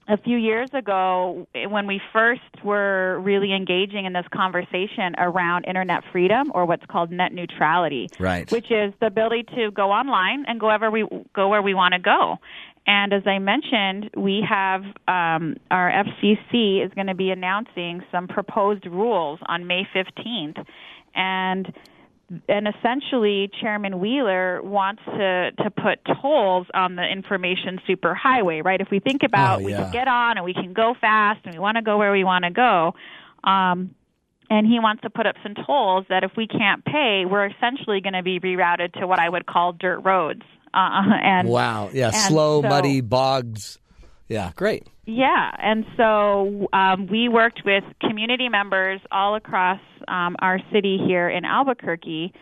a few years ago, when we first were really engaging in this conversation around internet freedom or what's called net neutrality,
Right.
which is the ability to go online and go wherever we go where we want to go. And as I mentioned, we have um, our FCC is going to be announcing some proposed rules on May 15th, and and essentially Chairman Wheeler wants to to put tolls on the information superhighway. Right? If we think about
Oh,
we
yeah.
can get on and we can go fast and we want to go where we want to go. Um, and he wants to put up some tolls that if we can't pay, we're essentially going to be rerouted to what I would call dirt roads. Uh, and
wow. Yeah.
and
Slow,
so-
muddy, bogs. Yeah. Great.
yeah, and so um, we worked with community members all across um, our city here in Albuquerque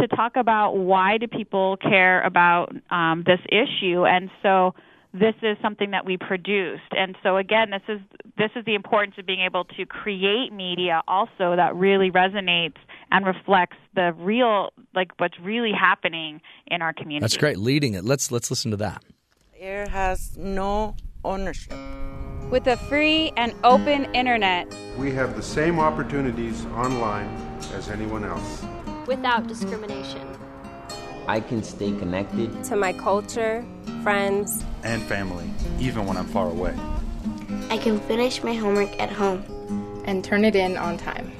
to talk about why do people care about um, this issue, and so this is something that we produced. And so again, this is this is the importance of being able to create media also that really resonates and reflects the real like what's really happening in our community.
That's great. Leading it. Let's let's listen to that.
Air has no ownership.
With a free and open internet
We have the same opportunities online as anyone else.
without discrimination.
I can stay connected.
To my culture, friends.
and family, even when I'm far away.
I can finish my homework at home.
and turn it in on time.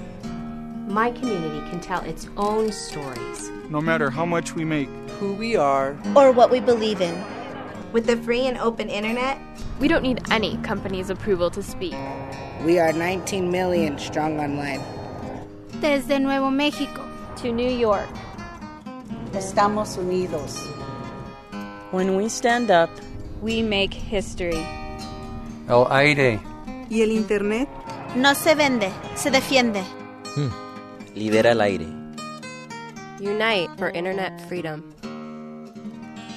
My community can tell its own stories.
No matter how much we make,
Who we are.
or what we believe in. With the free and open internet, we don't need any company's approval to speak.
We are 19 million strong online.
Desde Nuevo México to New York.
Estamos unidos.
When we stand up,
We make history.
El aire.
Y el internet? No se vende, se defiende.
Libera el aire.
Unite for internet freedom.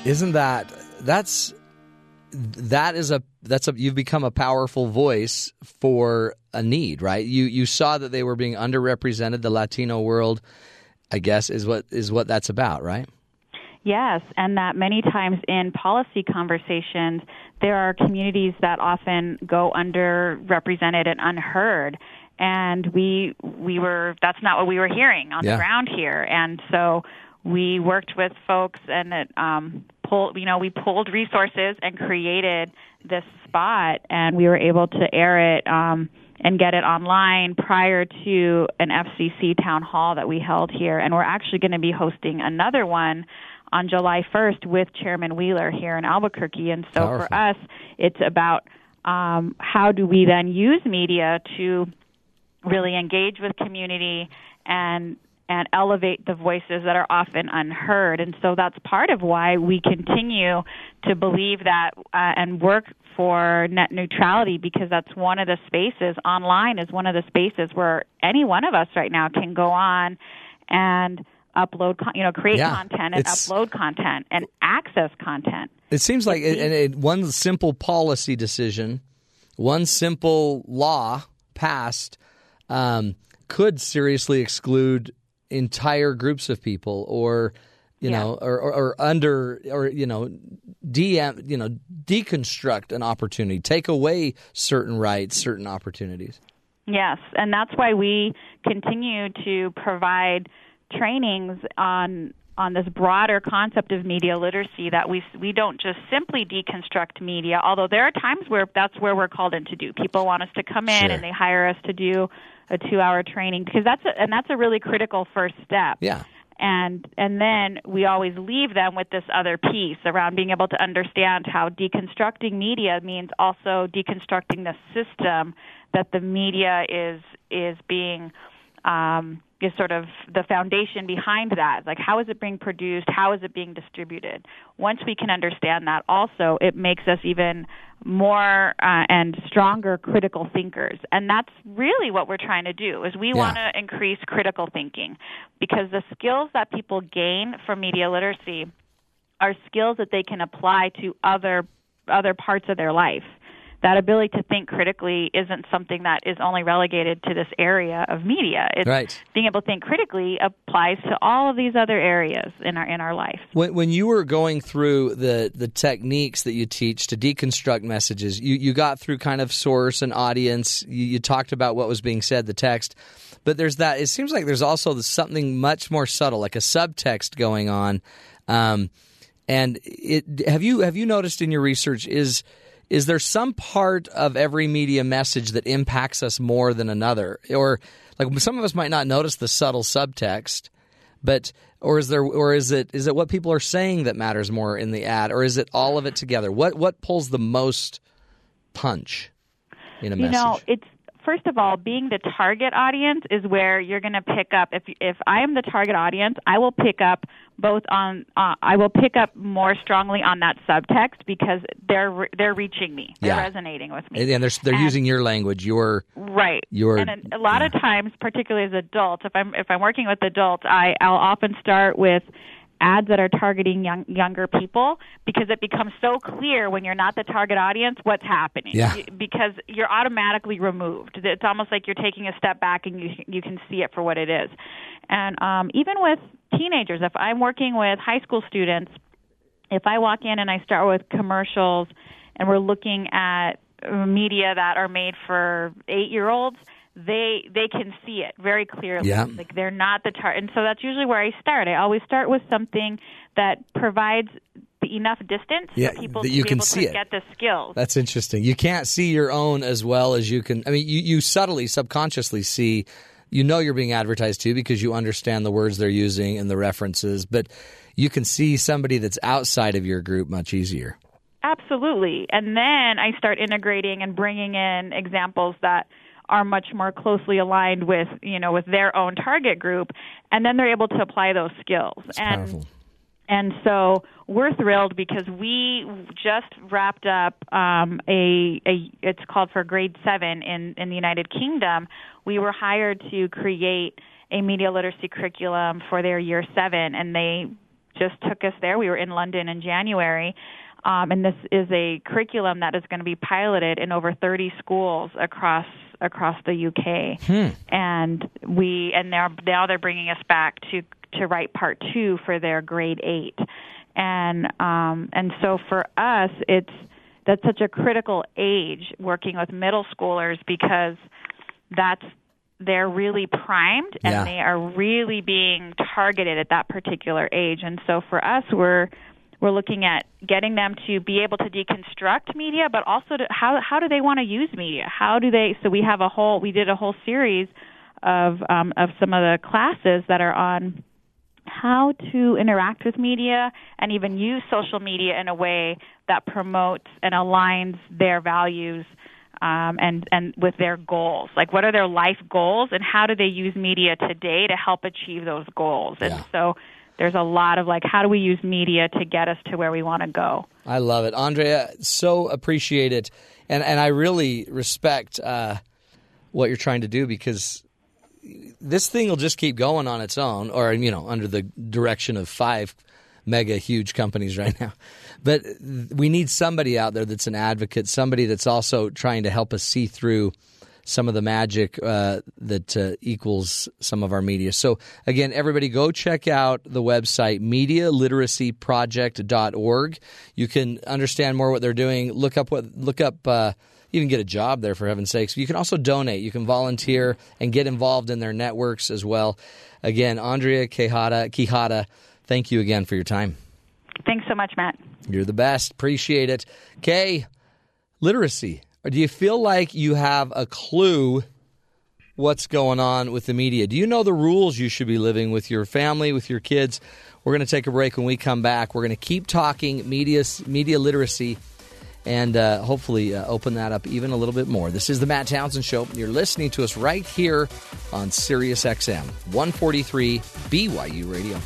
Isn't that that's that is a that's a you've become a powerful voice for a need, right? You you saw that they were being underrepresented, the Latino world, I guess is what is what that's about, right?
Yes, and that many times in policy conversations, there are communities that often go underrepresented and unheard. And we we were that's not what we were hearing on
Yeah.
the ground here, and so we worked with folks and it um, pulled you know we pulled resources and created this spot, and we were able to air it um, and get it online prior to an FCC town hall that we held here, and we're actually going to be hosting another one on July 1st with Chairman Wheeler here in Albuquerque. And so for
Powerful.
us, it's about um, how do we then use media to really engage with community and and elevate the voices that are often unheard. And so that's part of why we continue to believe that uh, and work for net neutrality because that's one of the spaces online is one of the spaces where any one of us right now can go on and upload con- you know create
Yeah,
content and
it's-
upload content and access content.
It seems like it, and it, one simple policy decision, one simple law passed um, could seriously exclude entire groups of people, or you know, or, or, or under, or you know, DM, you know, deconstruct an opportunity, take away certain rights, certain opportunities.
Yes, and that's why we continue to provide trainings on on this broader concept of media literacy that we we don't just simply deconstruct media although there are times where that's where we're called in to do people want us to come in
Sure.
and they hire us to do a 2 hour training because that's a, and that's a really critical first step
Yeah.
and and then we always leave them with this other piece around being able to understand how deconstructing media means also deconstructing the system that the media is is being um, is sort of the foundation behind that. Like, how is it being produced? How is it being distributed? Once we can understand that, also, it makes us even more uh, and stronger critical thinkers. And that's really what we're trying to do. Is we
Yeah.
want to increase critical thinking because the skills that people gain from media literacy are skills that they can apply to other other parts of their life. That ability to think critically isn't something that is only relegated to this area of media. It's
Right.
being able to think critically applies to all of these other areas in our in our life.
When, when you were going through the, the techniques that you teach to deconstruct messages, you, you got through kind of source and audience. You, you talked about what was being said, the text. But there's that, it seems like there's also something much more subtle, like a subtext going on. Um, and it, have you have you noticed in your research is is there some part of every media message that impacts us more than another, or like some of us might not notice the subtle subtext, but or is there or is it is it what people are saying that matters more in the ad, or is it all of it together? What what pulls the most punch in a
you
message?
know it's first of all being the target audience is where you're going to pick up if if i am the target audience i will pick up both on uh, i will pick up more strongly on that subtext because they're re- they're reaching me they're
Yeah.
resonating with me
and, and they're they're using your language, your
Right.
your
and a, a lot of times, particularly as adults, if I'm if I'm working with adults, I I'll often start with ads that are targeting young younger people because it becomes so clear when you're not the target audience what's happening
Yeah.
You- because you're automatically removed it's almost like you're taking a step back and you you can see it for what it is and um even with teenagers if I'm working with high school students if I walk in and I start with commercials and we're looking at uh, media that are made for eight year olds, they they can see it very clearly.
Yeah.
Like they're not the tar and so that's usually where I start. I always start with something that provides enough distance
Yeah,
for people
that
to
you
be
can
able
see
to
it.
get the skills.
That's interesting. You can't see your own as well as you can. I mean, you, you subtly, subconsciously see, you know, you're being advertised to because you understand the words they're using and the references, but you can see somebody that's outside of your group much easier.
Absolutely. And then I start integrating and bringing in examples that are much more closely aligned with, you know, with their own target group and then they're able to apply those skills. and and so we're thrilled because we just wrapped up um, a, a it's called for grade 7 in in the United Kingdom. We were hired to create a media literacy curriculum for their year 7 and they just took us there. We were in London in January. Um, and this is a curriculum that is going to be piloted in over 30 schools across across the UK. And we and now now they're bringing us back to to write part two for their grade eight. And um, and so for us, it's that's such a critical age working with middle schoolers because that's they're really primed and
Yeah.
they are really being targeted at that particular age. And so for us, we're we're looking at getting them to be able to deconstruct media, but also to, how how do they want to use media? How do they? So we have a whole we did a whole series of um, of some of the classes that are on how to interact with media and even use social media in a way that promotes and aligns their values um, and and with their goals. Like, what are their life goals, and how do they use media today to help achieve those goals? And so, there's a lot of like, how do we use media to get us to where we want to go?
I love it, Andrea. So appreciate it, and and I really respect uh, what you're trying to do because this thing will just keep going on its own, or you know, under the direction of five mega huge companies right now. But we need somebody out there that's an advocate, somebody that's also trying to help us see through some of the magic uh, that uh, equals some of our media. So, again, everybody go check out the website medialiteracyproject.org. You can understand more what they're doing. Look up what, look up, uh, you can get a job there for heaven's sakes. You can also donate, you can volunteer and get involved in their networks as well. Again, Andrea Quijada, Quijada thank you again for your time.
Thanks so much, Matt.
You're the best. Appreciate it. Kay, literacy. Or do you feel like you have a clue what's going on with the media? Do you know the rules you should be living with your family, with your kids? We're going to take a break. When we come back, we're going to keep talking media, media literacy and uh, hopefully uh, open that up even a little bit more. This is the Matt Townsend Show. You're listening to us right here on Sirius XM 143 BYU Radio.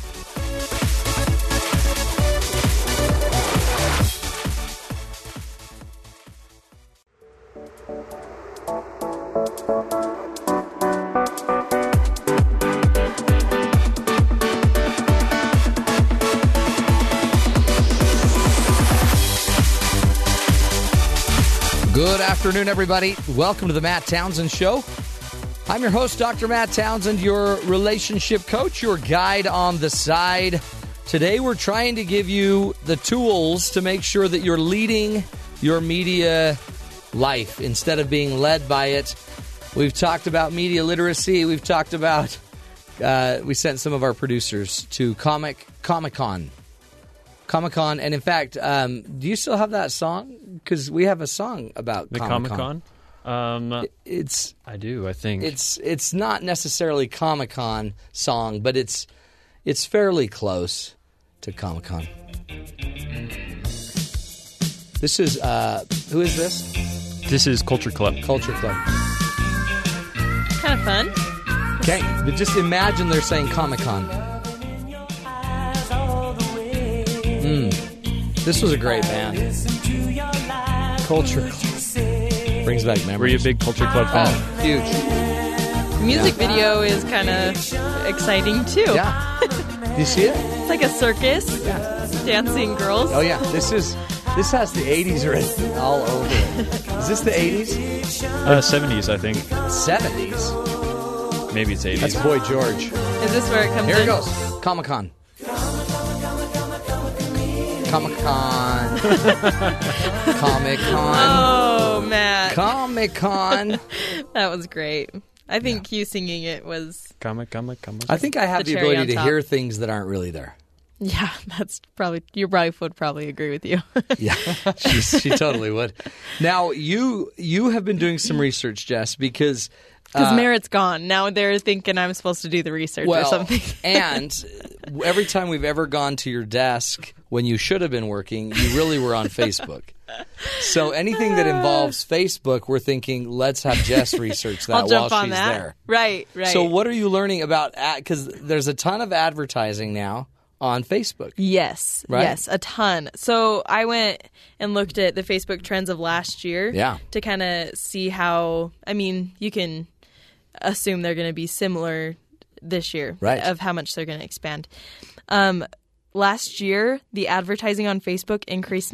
Good afternoon, everybody. Welcome to the Matt Townsend Show. I'm your host, Dr. Matt Townsend, your relationship coach, your guide on the side. Today, we're trying to give you the tools to make sure that you're leading your media life instead of being led by it. We've talked about media literacy. We've talked about, uh, we sent some of our producers to Comic Comic Con Comic Con, and in fact, um, do you still have that song? Because we have a song about
The
Comic Con.
Comic Con. Um,
it's
I do. I think
It's it's not necessarily Comic Con song, but it's it's fairly close to Comic Con. This is uh, who is this?
This is Culture Club.
Culture Club.
Kind of fun.
Okay, but just imagine they're saying Comic Con. Mm. This was a great band. Culture Club. brings back memories.
Were you a big Culture Club fan?
Oh, huge.
Music video is kind of exciting too.
Yeah. Do you see it?
It's like a circus. Dancing girls.
Oh yeah, this is this has the '80s written all over it. Is this the '80s?
Uh, 70s, I think.
70s.
Maybe it's 80s.
That's Boy George.
Is this where it comes
Here
in?
it goes. Comic Con. Comic Con. Comic Con.
Oh, Matt.
Comic Con.
that was great. I think you singing it was.
Comic, comic, comic.
I think I have the,
The cherry on
ability to
top.
hear things that aren't really there.
Yeah, that's probably. You probably would probably agree with you.
she, she totally would. Now you you have been doing some research, Jess, because
Because
uh,
merit's gone. Now they're thinking I'm supposed to do the research
well,
or something.
and every time we've ever gone to your desk when you should have been working, you really were on Facebook. So anything that involves Facebook, we're thinking let's have Jess research that
I'll jump
while
on
she's
that.
there.
Right, right.
So what are you learning about? Because there's a ton of advertising now on Facebook.
Yes,
Right?
yes, a ton. So I went and looked at the Facebook trends of last year
Yeah.
to kind of see how, I mean, you can assume they're going to be similar this year
Right.
of how much they're going to expand. Um, last year, the advertising on Facebook increased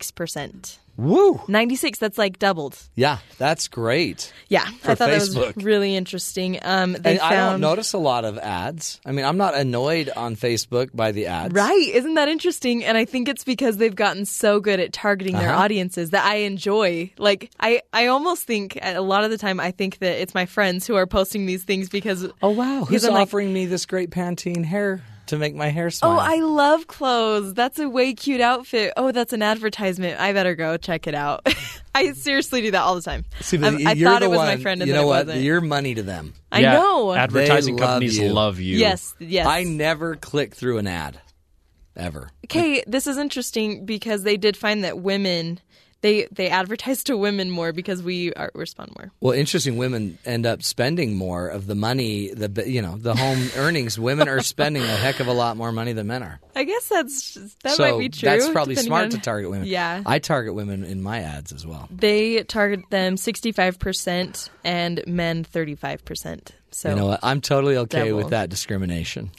96%.
Woo!
96, that's like doubled.
Yeah, that's great.
Yeah, I
For
thought that
Facebook.
was really interesting. Um, they
and
found,
I don't notice a lot of ads. I mean, I'm not annoyed on Facebook by the ads.
Right. Isn't that interesting? And I think it's because they've gotten so good at targeting their
Uh-huh.
audiences that I enjoy. Like, I, I almost think a lot of the time I think that it's my friends who are posting these things because. Oh,
wow. Who's offering me this great Pantene hair? to make my hair smile.
Oh, I love clothes. That's a way cute outfit. Oh, that's an advertisement. I better go check it out. I seriously do that all the time.
See, but
I'm- I,
you're
thought
the
it was
one,
my friend, and
you
then
know
it
what?
wasn't.
You're money to them.
I Yeah, know.
advertising
They love
companies love you.
Yes, yes.
I never click through an ad, ever.
Okay, this is interesting because they did find that women they they advertise to women more because we are, respond more.
Well, interesting. Women end up spending more of the money. The you know the home earnings. Women are spending a heck of a lot more money than men are.
I guess that's just- that
so
might be true.
That's probably
depending
smart
on-
to target women.
Yeah,
I target women in my ads as well.
they target them sixty five percent and men thirty five percent. So
you know what? I'm totally okay
Double.
with that discrimination.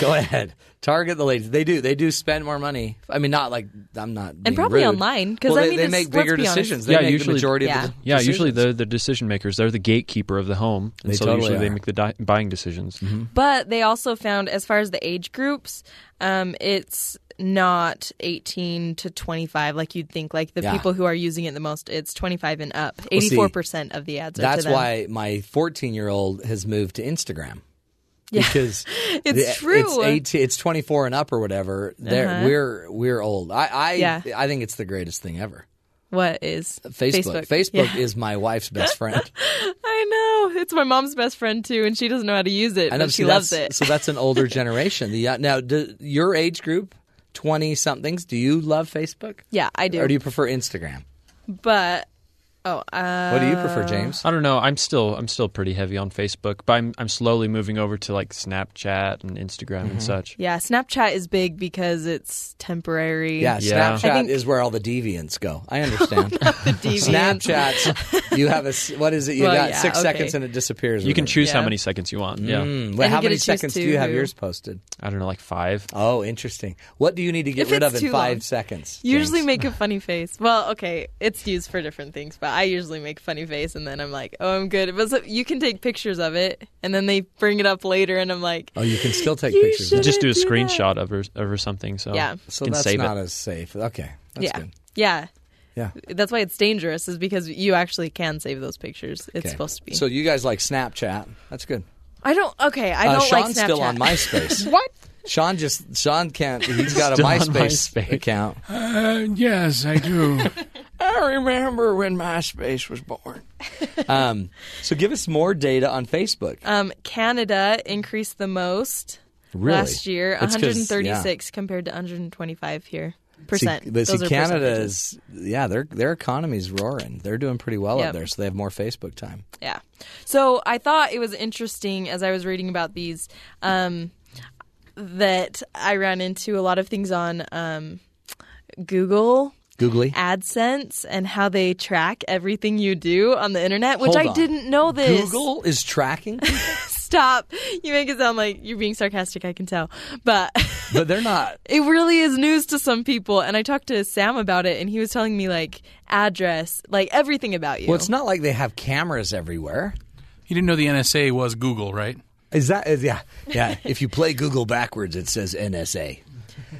Go ahead, target the ladies. They do. They do spend more money. I mean, not like I'm not.
And probably online, 'cause
well,
I
they,
mean,
they
it's-
make
let's
bigger
be honest.
decisions. They
yeah,
make the
usually
majority
Yeah.
of the
yeah,
decisions.
usually they're the decision makers. They're the gatekeeper of the home, and
They
so
totally
usually they
are. Mm-hmm.
make the di- buying decisions.
But they also found, as far as the age groups, um, it's not 18 to 25 like you'd think. Like the
Yeah.
people who are using it the most, it's 25 and up.
Well, see,
84% of the ads are
That's
to them.
why my 14 year old has moved to Instagram. Because
It's
the- It's,
true.
18, it's 24 and up or whatever. There,
Uh-huh.
We're we're old. I I,
Yeah.
I think it's the greatest thing ever.
What is
Facebook.
Facebook? Yeah.
is my wife's best friend.
I know. It's my mom's best friend, too, and she doesn't know how to use it,
I know,
but she
see,
loves
that's- So
it.
that's an older generation. The uh, now do, your age group, 20 somethings. Do you love Facebook?
Yeah, I do.
Or do you prefer Instagram?
But, oh. Uh,
What do you prefer, James?
I don't know. I'm still I'm still pretty heavy on Facebook, but I'm I'm slowly moving over to like Snapchat and Instagram
Mm-hmm.
and such.
Yeah, Snapchat is big because it's temporary.
Yeah,
Yeah.
Snapchat
I think-
is where all the deviants go. I understand.
deviants.
Snapchat, you have a s- what is it? You
Well,
got
yeah,
six
okay.
seconds and it disappears.
You can
within-
choose how many seconds you want. Yeah.
Mm, wait, how many seconds do you have yours posted?
I don't know, like five.
Oh, interesting. What do you need to get
If
rid
it's
of in
too
five
long.
seconds?
Usually
James?
make a funny face. Well, okay, it's used for different things, but I usually make funny face and then I'm like, oh, I'm good. But so you can take pictures of it and then they bring it up later and I'm like,
Oh, you can still take
You
pictures.
shouldn't
Just do a
do that.
screenshot of or, of or something. So
Yeah.
So
you can
that's
save
not
it.
as safe. Okay, that's
yeah,
good.
yeah,
Yeah.
That's why it's dangerous, is because you actually can save those pictures. It's
Okay.
supposed to be.
So you guys like Snapchat? That's good.
I don't. Okay, I
Uh,
don't like
Sean's
Snapchat.
still on MySpace.
what?
Sean just Sean can't. He's got a
Still on
MySpace, account.
Uh, yes, I do.
I remember when MySpace was born. Um, so give us more data on Facebook.
Um, Canada increased the most
Really?
last year,
That's 'cause-
136 compared to 125 here percent.
See, but
Those
see,
are
Canada
percentages.
is yeah, their their economy's roaring. They're doing pretty well up
Yep.
there, so they have more Facebook time.
Yeah. So I thought it was interesting as I was reading about these um, that I ran into a lot of things on um, Google.
Googly.
AdSense and how they track everything you do on the internet, which
Hold
I
on.
didn't know this.
Google is tracking,
Stop. You make it sound like you're being sarcastic, I can tell. But
but they're not.
it really is news to some people. And I talked to Sam about it, and he was telling me, like, address, like everything about you.
Well, it's not like they have cameras everywhere.
You didn't know the NSA was Google, right?
Is that is, yeah yeah? if you play Google backwards, it says NSA.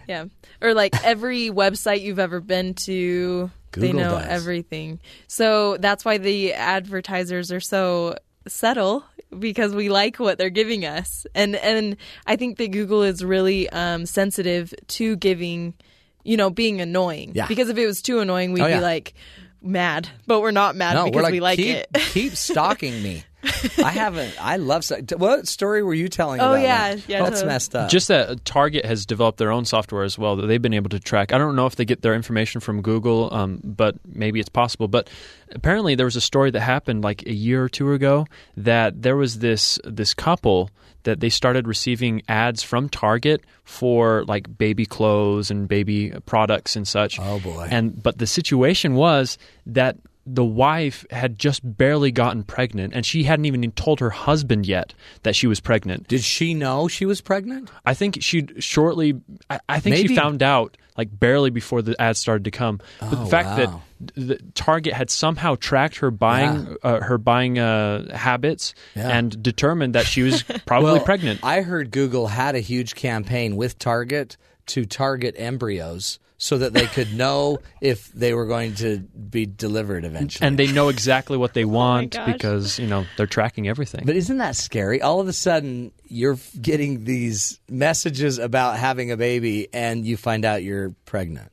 Yeah. Or like every website you've ever been to, they
Google
know
does.
everything. So that's why the advertisers are so subtle because we like what they're giving us. And and I think that Google is really um, sensitive to giving, you know, being annoying.
Yeah.
Because if it was too annoying, we'd
Oh, yeah.
be like mad, but we're not mad
no,
because
we're like,
we like
keep,
it.
keep stalking me. I haven't. I love. sta- What story were you telling?
Oh,
about
yeah,
that?
yeah,
that's
totally.
messed up.
Just that Target has developed their own software as well that they've been able to track. I don't know if they get their information from Google, um, but maybe it's possible. But apparently, there was a story that happened like a year or two ago that there was this this couple that they started receiving ads from Target for like baby clothes and baby products and such. Oh boy! And but the situation was that. The wife had just barely gotten pregnant, and she hadn't even told her husband yet that she was pregnant.
Did she know she was pregnant?
I think she shortly. I, I think
Maybe-
she found out like barely before the ad started to come. But
Oh,
the fact
wow.
that the Target had somehow tracked her buying uh, her buying uh, habits
Yeah.
and determined that she was probably
Well,
pregnant.
I heard Google had a huge campaign with Target to target embryos so that they could know if they were going to be delivered eventually.
and they know exactly what they want
Oh gosh.
because you know they're tracking everything.
But isn't that scary? All of a sudden, you're f- getting these messages about having a baby, and you find out you're pregnant.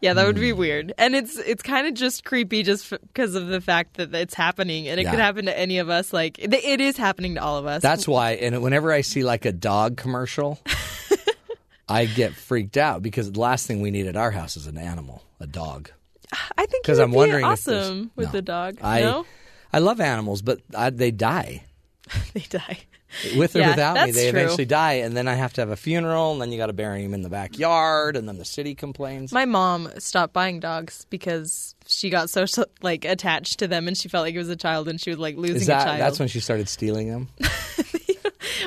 Yeah, that would be weird. And it's it's kind of just creepy just because of the fact that it's happening and it
Yeah.
could happen to any of us. Like it, it is happening to all of us.
That's why, and whenever I see like a dog commercial, I get freaked out because the last thing we need at our house is an animal, a dog.
I think
Because
it would
I'm
be
wondering if there's-
awesome with the dog.
I
no,
I love animals, but I, they die.
they die.
With or
Yeah,
without me,
that's
they
true.
eventually die, and then I have to have a funeral, and then you got to bury them in the backyard, and then the city complains.
My mom stopped buying dogs because she got so so, like attached to them and she felt like it was a child and she was like losing
Is that
a child.
that's when she started stealing them?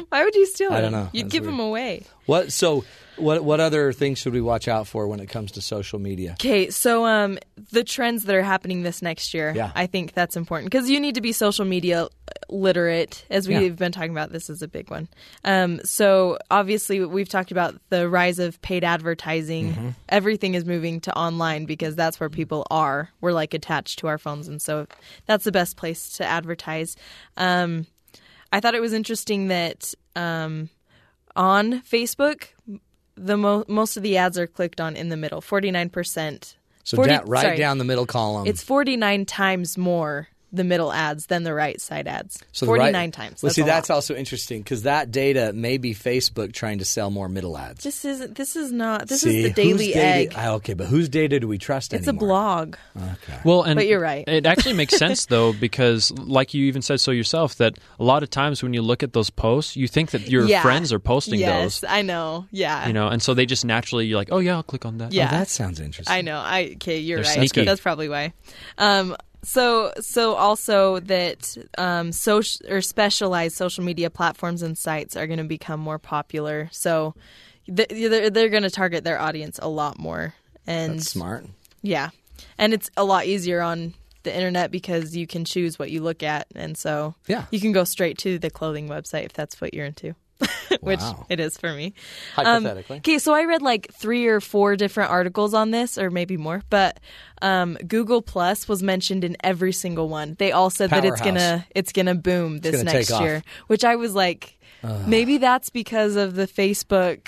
Why would you steal
I don't
them?
know.
You'd
That's
give
weird.
them away.
What so what what other things should we watch out for when it comes to social media?
Okay, so um, the trends that are happening this next year,
Yeah.
I think that's important because you need to be social media uh, literate, as we've
Yeah.
been talking about. This is a big one. Um, so obviously, we've talked about the rise of paid advertising.
Mhm.
Everything is moving to online because that's where people are. We're like attached to our phones, and so that's the best place to advertise. Um, I thought it was interesting that um, on Facebook, the mo- most of the ads are clicked on in the middle, forty nine percent.
So da- right down the middle column.
It's forty nine times more the middle ads than the right side ads.
So the right-
forty nine times.
Well,
that's
see,
a
that's
lot.
also interesting because that data may be Facebook trying to sell more middle ads.
This isn't. This is not. This
see,
is the
whose
Daily
data-
Egg.
Ah, okay, but whose data do we trust
It's a
anymore?
blog.
Well, and
But you're right.
It actually makes sense though, because like you even said so yourself, that a lot of times when you look at those posts, you think that your
Yeah.
friends are posting
yes,
those,
I know. Yeah.
you know, and so they just naturally you're like, oh yeah, I'll click on that.
Yeah.
that sounds interesting.
I know. I okay, you're
They're
right.
sneaky.
That's probably why. Um, so so also that um, social or specialized social media platforms and sites are going to become more popular. So th- they're they're going to target their audience a lot more. And Um,
That's smart.
Yeah, and it's a lot easier on the internet because you can choose what you look at, and so
yeah,
you can go straight to the clothing website if that's what you're into. Which
Wow.
it is for me.
Hypothetically.
Um, Okay, so I read like three or four different articles on this, or maybe more, but um, Google Plus was mentioned in every single one. They all said that it's
Powerhouse.
gonna it's gonna boom
It's
this
gonna
next
take off.
year, which I was like,
Ugh.
maybe that's because of the Facebook.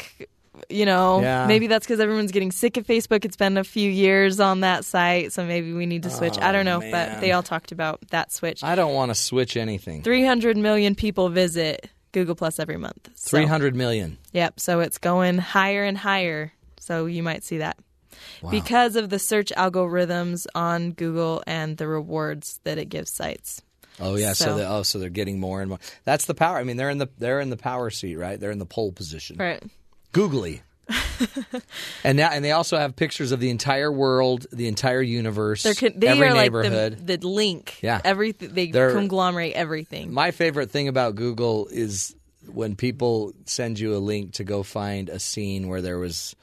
You know,
Yeah.
maybe that's because everyone's getting sick of Facebook. It's been a few years on that site, so maybe we need to switch. I
Oh,
don't know,
man.
but they all talked about that switch.
I don't want to switch anything.
300 million people visit Google Plus every month. So-
Three hundred million.
Yep. So it's going higher and higher. So you might see that.
Wow.
Because of the search algorithms on Google and the rewards that it gives sites.
Oh yeah, so,
So-
they, oh so they're getting more and more. That's the power. I mean, they're in the they're in the power seat, right? They're in the pole position.
Right.
Googly. and now, and they also have pictures of the entire world, the entire universe,
They're con- they
every
are like
neighborhood.
the, the link.
Yeah.
Everything they
They're-
conglomerate everything.
My favorite thing about Google is when people send you a link to go find a scene where there was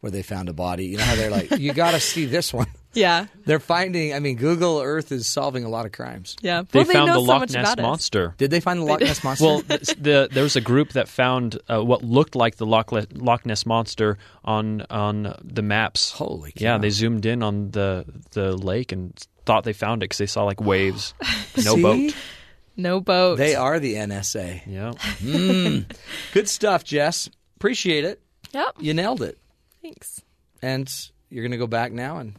where they found a body. You know how they're like, you got to see this one.
Yeah.
They're finding. I mean, Google Earth is solving a lot of crimes.
Yeah.
They
well, they
found
know
the
so
Loch
much
Ness
about us.
monster.
Did they find the Loch
did.
Ness monster?
Well, th- the, there was a group that found uh, what looked like the Loch, Le- Loch Ness monster on on the maps.
Holy
Yeah, they zoomed in on the the lake and thought they found it because they saw like waves, no
See?
boat.
No boat.
They are the NSA.
Yeah.
Good stuff, Jess. Appreciate it.
Yep.
You nailed it.
Thanks.
And you're going to go back now and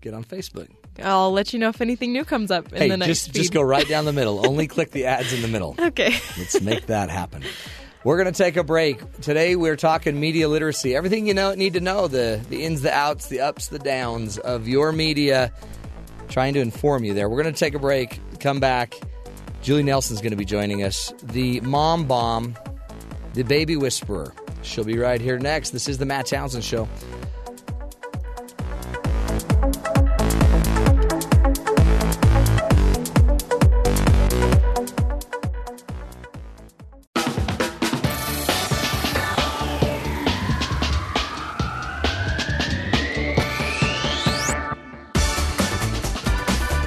get on Facebook.
I'll let you know if anything new comes up in
hey,
the next
just just
feed.
go right down the middle. Only click the ads in the middle.
Okay.
Let's make that happen. We're going to take a break. Today we're talking media literacy. Everything you know need to know, the the ins, the outs, the ups, the downs of your media. Trying to inform you there. We're going to take a break. Come back. Julie Nelson's going to be joining us. The mom bomb, the baby whisperer. She'll be right here next. This is the Matt Townsend show.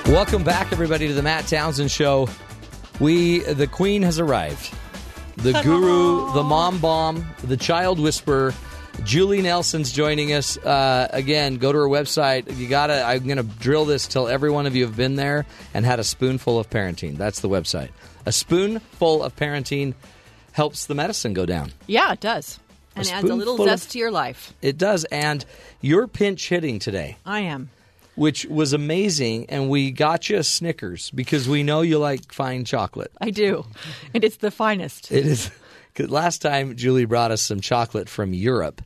Welcome back, everybody, to the Matt Townsend Show. We, the Queen has arrived. The guru, the mom bomb, the child whisperer, Julie Nelson's joining us uh, again. Go to her website. You gotta. I'm gonna drill this till every one of you have been there and had a spoonful of parenting. That's the website. A spoonful of parenting helps the medicine go down.
Yeah, it does. And adds a little
spoonful of-
zest to your life.
It does. And you're pinch hitting today,
I am.
which was amazing. And we got you a Snickers because we know you like fine chocolate.
I do. And it's the finest.
It is. 'cause last time Julie brought us some chocolate from Europe,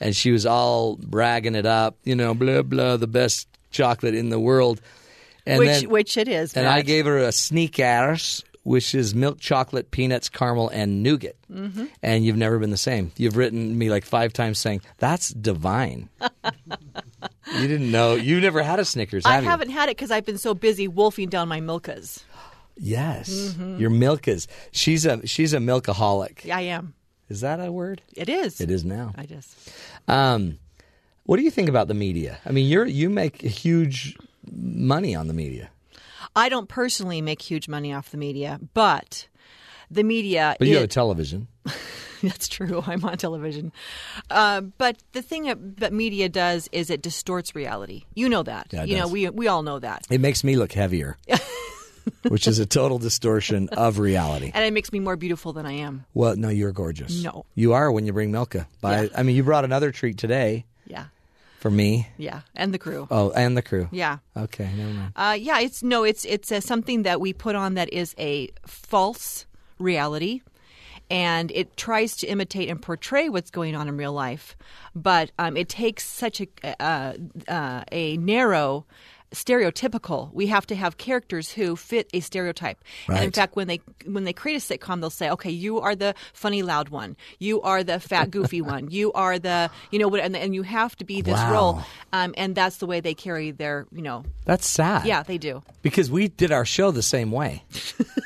and she was all bragging it up, you know, blah blah, the best chocolate in the world. And
which
then,
which it is.
and
Matt.
I gave her a Snickers, which is milk chocolate, peanuts, caramel, and nougat.
Mhm.
And you've never been the same. You've written me like five times saying that's divine. you didn't know. You've never had a Snickers,
I
have you?
haven't had it because I've been so busy wolfing down my milkas.
Yes,
Mhm.
your Milka's. She's a she's a milkaholic.
I am.
Is that a word?
It is.
It is now.
I just.
Um, what do you think about the media? I mean, you're you make huge money on the media,
I don't personally make huge money off the media, but the media.
but you have a
it-
television.
That's true. I'm on television. Uh, but the thing that, that media does is it distorts reality. You know that.
Yeah, it
you know,
does.
we, we all know that.
It makes me look heavier, which is a total distortion of reality.
And it makes me more beautiful than I am.
Well, no, you're gorgeous.
No.
you are when you bring Milka. By I mean, you brought another treat today
Yeah.
for me.
Yeah. And the crew.
Oh, and the crew.
Yeah.
Okay, never mind.
Uh, yeah, it's no, it's it's uh, something that we put on that is a false reality, and it tries to imitate and portray what's going on in real life, but um, it takes such a uh, uh, a narrow. Stereotypical. We have to have characters who fit a stereotype. And in
Right.
fact, when they when they create a sitcom, they'll say, "Okay, you are the funny, loud one. You are the fat, goofy one. You are the you know what?" And, and you have to be this
Wow.
role. Um, and that's the way they carry their you know
That's sad.
yeah, they do.
because we did our show the same way.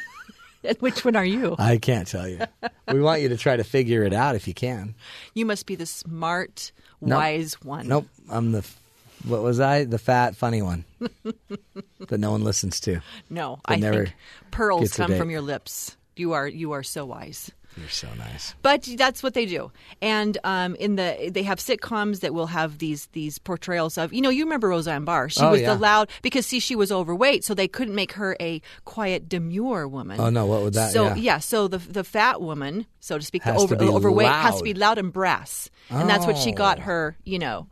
Which one are you?
I can't tell you. we want you to try to figure it out if you can.
You must be the smart,
Nope.
wise one.
Nope, I'm the f- what was I? The fat, funny one that no one listens to.
No,
That
I
never
think pearls
gets a
come
date.
from your lips. You are you are so wise.
You're so nice.
But that's what they do, and um, in the they have sitcoms that will have these these portrayals of you know you remember Roseanne Barr she
Oh,
was
yeah.
the loud because see she was overweight so they couldn't make her a quiet demure woman
Oh, no, what would that-
so
yeah.
so the the fat woman so to speak the
Has to
over,
be
overweight has to
loud.
be loud and brass and that's what she
Oh.
got her you know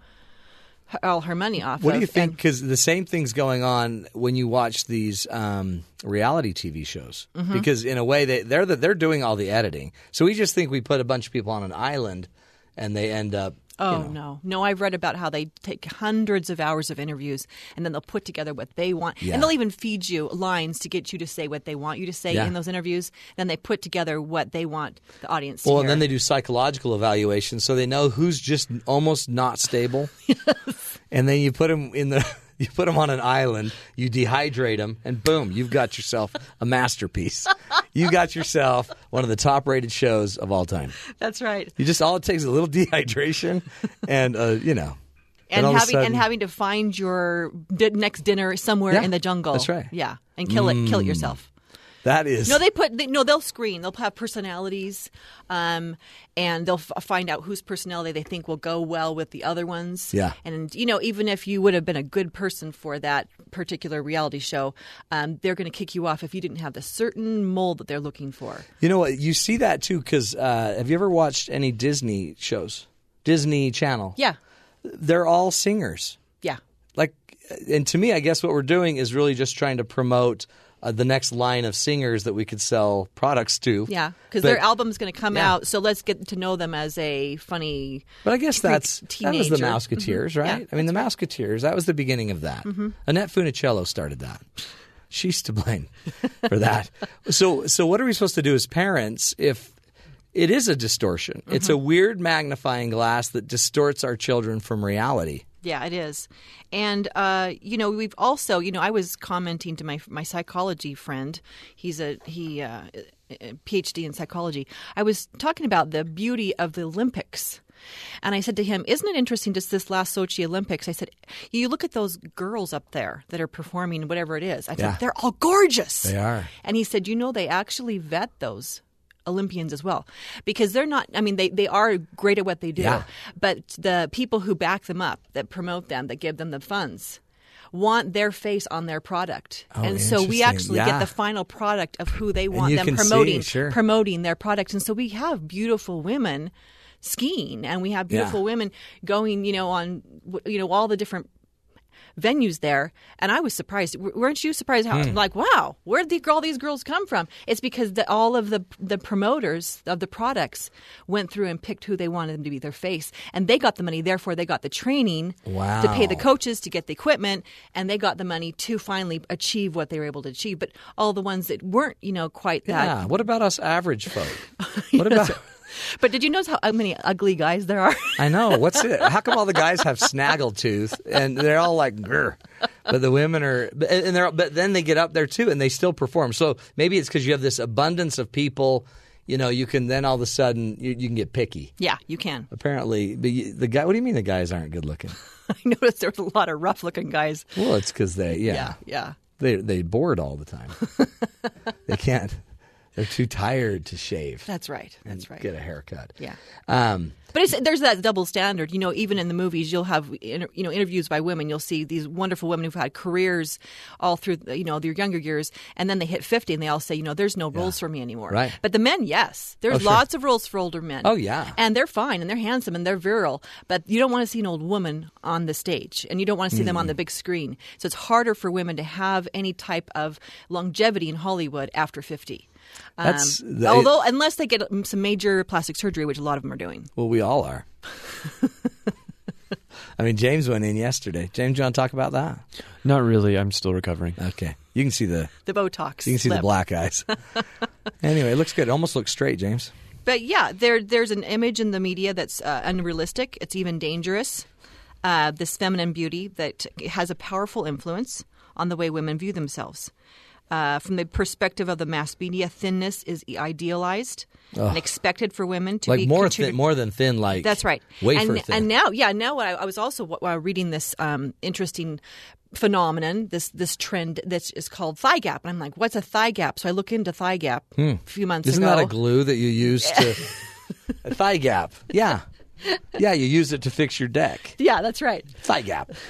her, all her money off
What do
of.
you think? Because the same thing's going on when you watch these um, reality TV shows.
Mhm.
Because in a way, they, they're the, they're doing all the editing. So we just think we put a bunch of people on an island, and they end up.
Oh
you know,
no, no! I've read about how they take hundreds of hours of interviews, and then they'll put together what they want,
Yeah.
and they'll even feed you lines to get you to say what they want you to say
Yeah.
in those interviews. Then they put together what they want the audience.
Well,
to
and
hear.
then they do psychological evaluations, so they know who's just almost not stable. And then you put them in the you put them on an island, you dehydrate them, and boom, you've got yourself a masterpiece. you got yourself one of the top rated shows of all time.
That's right.
You just all it takes is a little dehydration, and uh, you know,
And
all of a
having
sudden-
and having to find your di- next dinner somewhere
Yeah,
in the jungle.
that's right.
Yeah, and
Mm-hmm.
kill it, kill it
Mm.
yourself.
that is
No, they put they, no. They'll screen. They'll have personalities, um, and they'll f- find out whose personality they think will go well with the other ones.
Yeah.
And you know, even if you would have been a good person for that particular reality show, um, they're going to kick you off if you didn't have the certain mold that they're looking for.
You know what? You see that too because uh, have you ever watched any Disney shows? Disney Channel.
Yeah.
They're all singers.
Yeah.
Like, and to me, I guess what we're doing is really just trying to promote uh, the next line of singers that we could sell products to.
Yeah, because
But-
their album's going to come
Yeah.
out, so let's get to know them as a funny.
But I guess
freak
that's that was the
teenager.
Mouseketeers,
Mhm. Yeah.
right? I mean, the Mouseketeers. That was the beginning of that.
Mhm.
Annette Funicello started that. She's to blame for that. so, so what are we supposed to do as parents if it is a distortion? It's a weird magnifying glass that distorts our children from reality.
Yeah, it is. And, uh, you know, we've also, you know, I was commenting to my, my psychology friend. He's a, he, uh, a PhD in psychology. I was talking about the beauty of the Olympics. And I said to him, Isn't it interesting just this last Sochi Olympics? I said, You look at those girls up there that are performing whatever it is. I
Yeah.
said, They're all gorgeous.
They are.
And he said, You know, they actually vet those Olympians as well, because they're not. I mean, they they are great at what they do,
Yeah.
but the people who back them up, that promote them, that give them the funds. Want their face on their product,
Oh,
and so we
interesting.
actually
Yeah.
get the final product of who they
And
want
you
them
can see,
promoting,
sure.
promoting their product. And so we have beautiful women skiing, and we have
Yeah.
beautiful women going, you know, on you know all the different venues there and i was surprised W- weren't you surprised how
Hmm.
Mm.
like wow where did all these girls come from it's because the, all of the the promoters of the products went through and picked who they wanted them to be their face and they got the money therefore they got the training
Wow.
to pay the coaches to get the equipment and they got the money to finally achieve what they were able to achieve but all the ones that weren't you know quite that
Yeah. What about us average folk? What about?
but did you notice how many ugly guys there are
I know. What's it? How come all the guys have snaggletooth and they're all like grr, but the women are but- and they're but then they get up there too and they still perform. So maybe it's because you have this abundance of people. You know, you can then all of a sudden you, you can get picky.
yeah you can
Apparently, the, the guy. What do you mean the guys aren't good looking?
i noticed there was a lot of rough looking guys
Well, it's because they yeah,
yeah, yeah.
they they bored all the time. they can't. They're too tired to shave.
That's right.
and
That's right.
Get a haircut.
Yeah.
Um,
But it's, there's that double standard, you know. Even in the movies, you'll have inter- you know interviews by women. You'll see these wonderful women who've had careers all through you know their younger years, and then they hit fifty, and they all say, you know, there's no rules for me anymore.
Right.
But the men, yes, there's
Oh, sure.
lots of rules for older men.
Oh, yeah.
And they're fine, and they're handsome, and they're virile. But you don't want to see an old woman on the stage, and you don't want to see them on
Mm.
the big screen. So it's harder for women to have any type of longevity in Hollywood after fifty. Um,
That's- that-
although unless they get um, some major plastic surgery, which a lot of them are doing.
Well, we all are. I mean, James went in yesterday. James, you want to talk about that?
Not really. I'm still recovering.
Okay. You can see the
the Botox.
you can see the
lip.
black eyes. anyway, it looks good. It almost looks straight, James.
But yeah, there there's an image in the media that's uh, unrealistic. It's even dangerous. Uh, this feminine beauty that has a powerful influence on the way women view themselves. Uh, from the perspective of the mass media, thinness is idealized
Ugh.
and expected for women to
Like
be
more
considered-
thin, more than thin. Like
that's right.
Wafer
and,
thin.
and now, yeah, now what I, I was also wa- wa- reading this um, interesting phenomenon, this this trend that is called thigh gap, and I'm like, what's a thigh gap? So I look into thigh gap
Hmm.
a few months
Isn't
ago.
that a glue that you use to a thigh gap? Yeah, yeah. You use it to fix your deck
yeah, that's right.
thigh gap.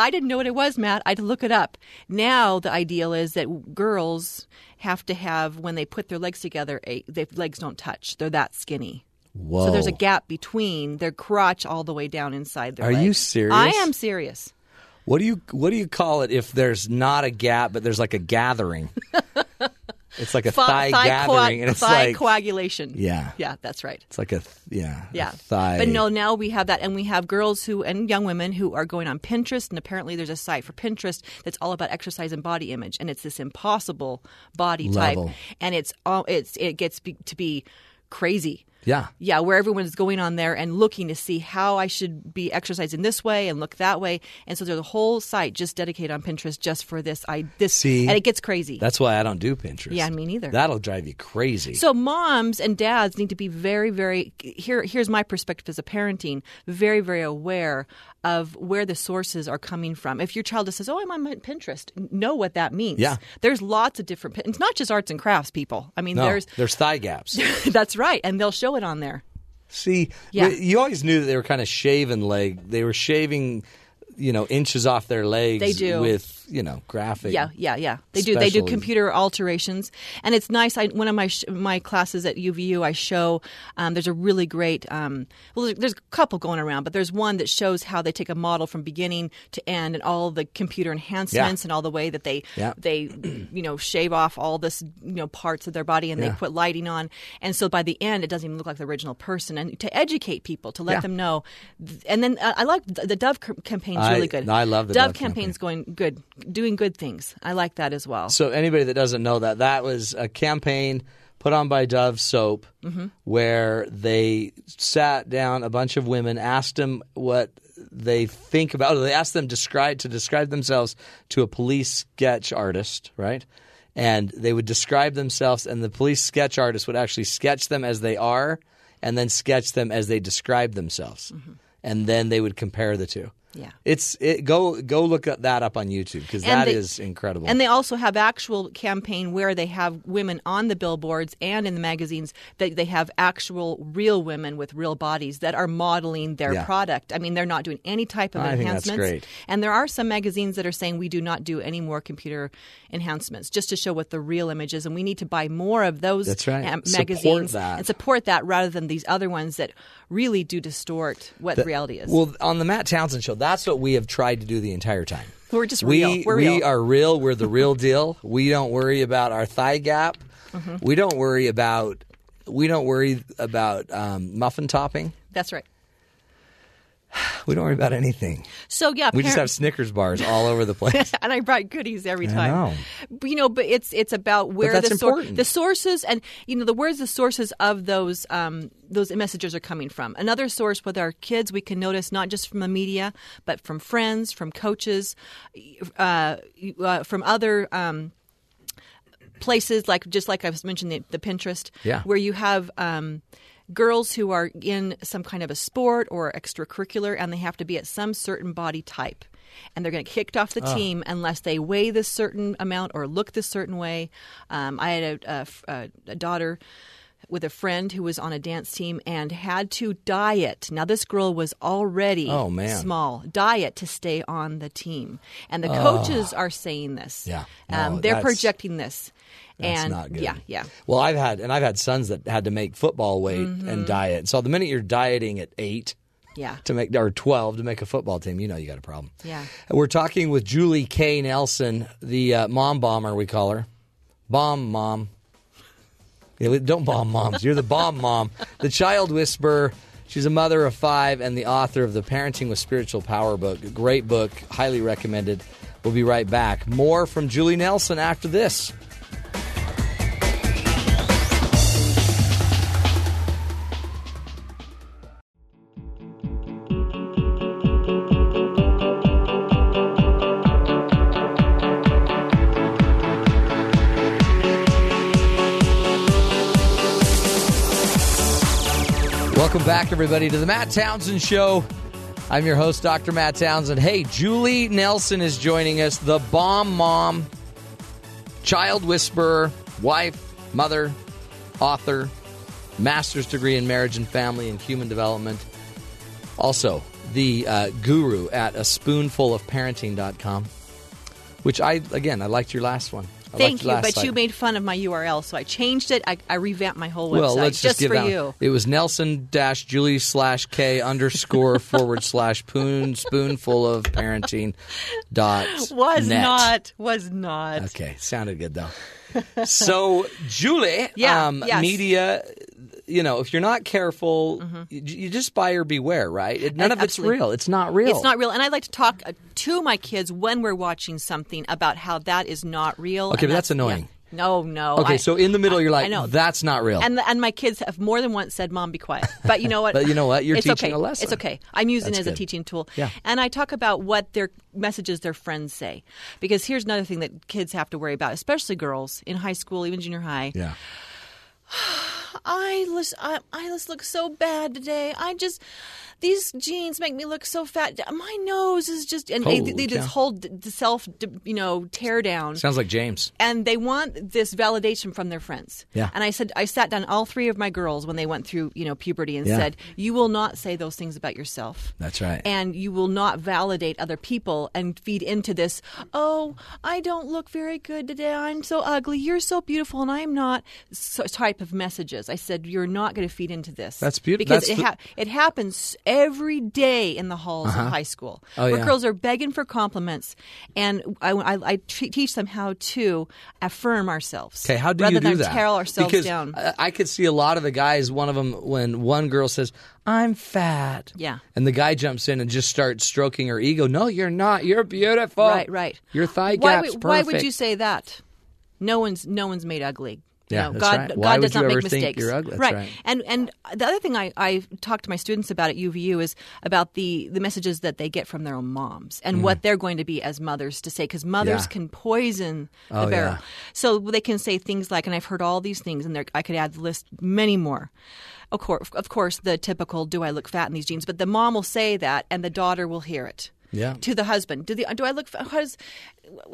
I didn't know what it was, Matt. I had to look it up. Now the ideal is that girls have to have when they put their legs together, a, their legs don't touch. They're that skinny. So there's a
Whoa.
gap between their crotch all the way down inside their
Are
leg.
you serious?
I am serious.
What do you what do you call it if there's not a gap but there's like a gathering? it's like a
Fi-
thigh,
co-
gathering, and it's
thigh
like
coagulation.
Yeah.
Yeah, that's right.
it's like a th- yeah a
Yeah.
thigh.
But no, now we have that, and we have girls who and young women who are going on Pinterest, and apparently there's a site for Pinterest that's all about exercise and body image, and it's this impossible body
Level.
type, and it's all it's it gets be, to be crazy.
yeah.
Yeah, where everyone's going on there and looking to see how I should be exercising this way and look that way, and so there's a whole site just dedicated on Pinterest just for this. I this
See?
and it gets crazy.
That's why I don't do Pinterest.
Yeah, me neither.
That'll drive you crazy.
So moms and dads need to be very, very here. Here's my perspective as a parenting: very, very aware of where the sources are coming from. If your child just says, "Oh, I'm on Pinterest," know what that means.
Yeah.
there's lots of different. Pin- It's not just arts and crafts, people. I mean,
no,
there's
thigh gaps.
that's right, and they'll show it on there.
See,
Yeah.
you always knew that they were kind of shaving leg. They were shaving, you know, inches off their legs.
They do.
with you know graphic.
Yeah, yeah, yeah. They do. They do
specials.
computer alterations, and it's nice. I, one of my sh- my classes at UVU, I show um, there's a really great. Um, well, there's- there's a couple going around, but there's one that shows how they take a model from beginning to end, and all the computer enhancements, and all the way that they
Yeah.
they you know shave off all this you know parts of their body, and
Yeah.
they put lighting on, and so by the end, it doesn't even look like the original person. And to educate people, to let
Yeah.
them know, and then uh, I like the, the Dove c- campaign's
I-
really good.
I love the Dove
Dove
campaign.
campaign's going good, doing good things. I like that as well.
So anybody that doesn't know that, that was a campaign put on by Dove Soap,
Mhm.
where they sat down a bunch of women, asked them what they think about. They asked them describe to describe themselves to a police sketch artist, right? And they would describe themselves, and the police sketch artist would actually sketch them as they are, and then sketch them as they describe themselves, and then they would compare the two.
Mm-hmm. Yeah.
It's it, go go look up, that up on YouTube because
And
that
they-
is incredible.
And they also have actual campaign where they have women on the billboards and in the magazines that they have actual real women with real bodies that are modeling their
Yeah.
product. I mean, they're not doing any type of
I think that's great.
enhancements. And there are some magazines that are saying we do not do any more computer enhancements just to show what the real image is and we need to buy more of those
That's right.
am-
Support
magazines
that.
and support that rather than these other ones that really do distort what
That-
reality is.
Well, on the Matt Townsend show, that's what we have tried to do the entire time.
We're just
we
real. We're
we
real.
are real. We're the real deal. We don't worry about our thigh gap.
Mhm.
We don't worry about we don't worry about um, muffin topping.
That's right.
We don't worry about anything.
So yeah,
we just
parent-
have Snickers bars all over the place.
and I brought goodies every
I
time.
know.
But, you know, but it's it's about where
that's
the sour-
important.
the sources and you know the where's the sources of those um, those messages are coming from. Another source with our kids, we can notice not just from the media, but from friends, from coaches, uh, uh, from other. Um, places like just like I was mentioning the, the Pinterest,
Yeah.
where you have um, girls who are in some kind of a sport or extracurricular, and they have to be at some certain body type, and they're going to kicked off the
Ah.
team unless they weigh this certain amount or look this certain way. Um, I had a, a f- a- a daughter. With a friend who was on a dance team and had to diet. Now, this girl was already
Oh, man.
small, diet to stay on the team. And the
Oh.
coaches are saying this.
Yeah. No,
um, they're
that's-
projecting this.
That's
and
not good.
yeah, yeah.
Well, I've had and I've had sons that had to make football weight
Mm-hmm.
and diet. So the minute you're dieting at eight
Yeah.
to make or twelve to make a football team, you know you got a problem.
Yeah.
We're talking with Julie K. Nelson, the uh, mom bomber, we call her. Bomb mom. Yeah, we- don't bomb moms. You're the bomb mom. The child whisperer. She's a mother of five and the author of the Parenting with Spiritual Power book. A great book. Highly recommended. We'll be right back. More from Julie Nelson after this. Welcome back, everybody, to the Matt Townsend Show. I'm your host, Dr. Matt Townsend. Hey, Julie Nelson is joining us, the bomb mom, child whisperer, wife, mother, author, master's degree in marriage and family and human development. Also, the uh, guru at a spoonful of parenting.com, which I, again, I liked your last one. I
Thank
liked
you,
last
but
site.
you made fun of my URL, so I changed it. I, I revamped my whole website
Well, let's just, give
for
out.
you.
It was Nelson dash Julie slash K underscore forward slash poon spoonful of parenting dot
Was
net.
not, was not.
okay. Sounded good though. so Julie,
Yeah,
um,
yes.
media. You know, if you're not careful, you, you just buyer beware, right? It- None of
Mm-hmm. Absolutely.
it's real. It's not real.
It's not real. And I like to talk uh, to my kids when we're watching something about how that is not real.
Okay,
and
but that's annoying.
yeah. No, no.
okay,
I-
so in the middle, you're
I
like,
know.
that's not real.
And and my kids have more than once said, "Mom, be quiet." But you know what?
But you know what? You're
it's
teaching
okay.
a lesson.
It's okay. I'm using
That's
it as
good.
a teaching tool.
Yeah.
And I talk about what their messages their friends say, because here's another thing that kids have to worry about, especially girls in high school, even junior high.
yeah.
I lis- I, I just uh, look so bad today. I just these jeans make me look so fat. My nose is just and they,
Holy
they
cow.
this whole d- d- self d- you know tear down
Sounds like James.
and they want this validation from their friends.
Yeah.
And I said I sat down all three of my girls when they went through, you know, puberty and
Yeah.
said, "You will not say those things about yourself."
That's right.
And you will not validate other people and feed into this, "Oh, I don't look very good today. I'm so ugly. You're so beautiful and I'm not." So, type of messages. I said, "You're not going to feed into this."
That's beautiful.
Because
That's
it
the-
ha- it happens every day in the halls
Uh-huh.
of high school.
Oh,
where
yeah.
girls are begging for compliments, and I, I- I t- teach them how to affirm ourselves.
Okay, how do
rather
you do
than
that?
tear ourselves
because
down?
I, I could see a lot of the guys. One of them, when one girl says, "I'm fat,"
yeah.
and the guy jumps in and just starts stroking her ego. No, you're not. You're beautiful.
Right, right.
Your thigh
Why,
gap's
would- why would
perfect.
you say that? No one's no one's made ugly. You
Yeah,
know,
that's
God,
right.
God
Why would
does
you
not
ever
make
think
mistakes.
you're ugly? That's right.
And and the other thing I, I talk to my students about at UVU is about the, the messages that they get from their own moms and
Mm.
what they're going to be as mothers to say because mothers
Yeah.
can poison the
Oh,
barrel.
yeah.
So they can say things like, and I've heard all these things, and there, I could add the list many more. Of course, of course, the typical "Do I look fat in these jeans?" But the mom will say that, and the daughter will hear it.
Yeah.
to the husband. Do the do I look how does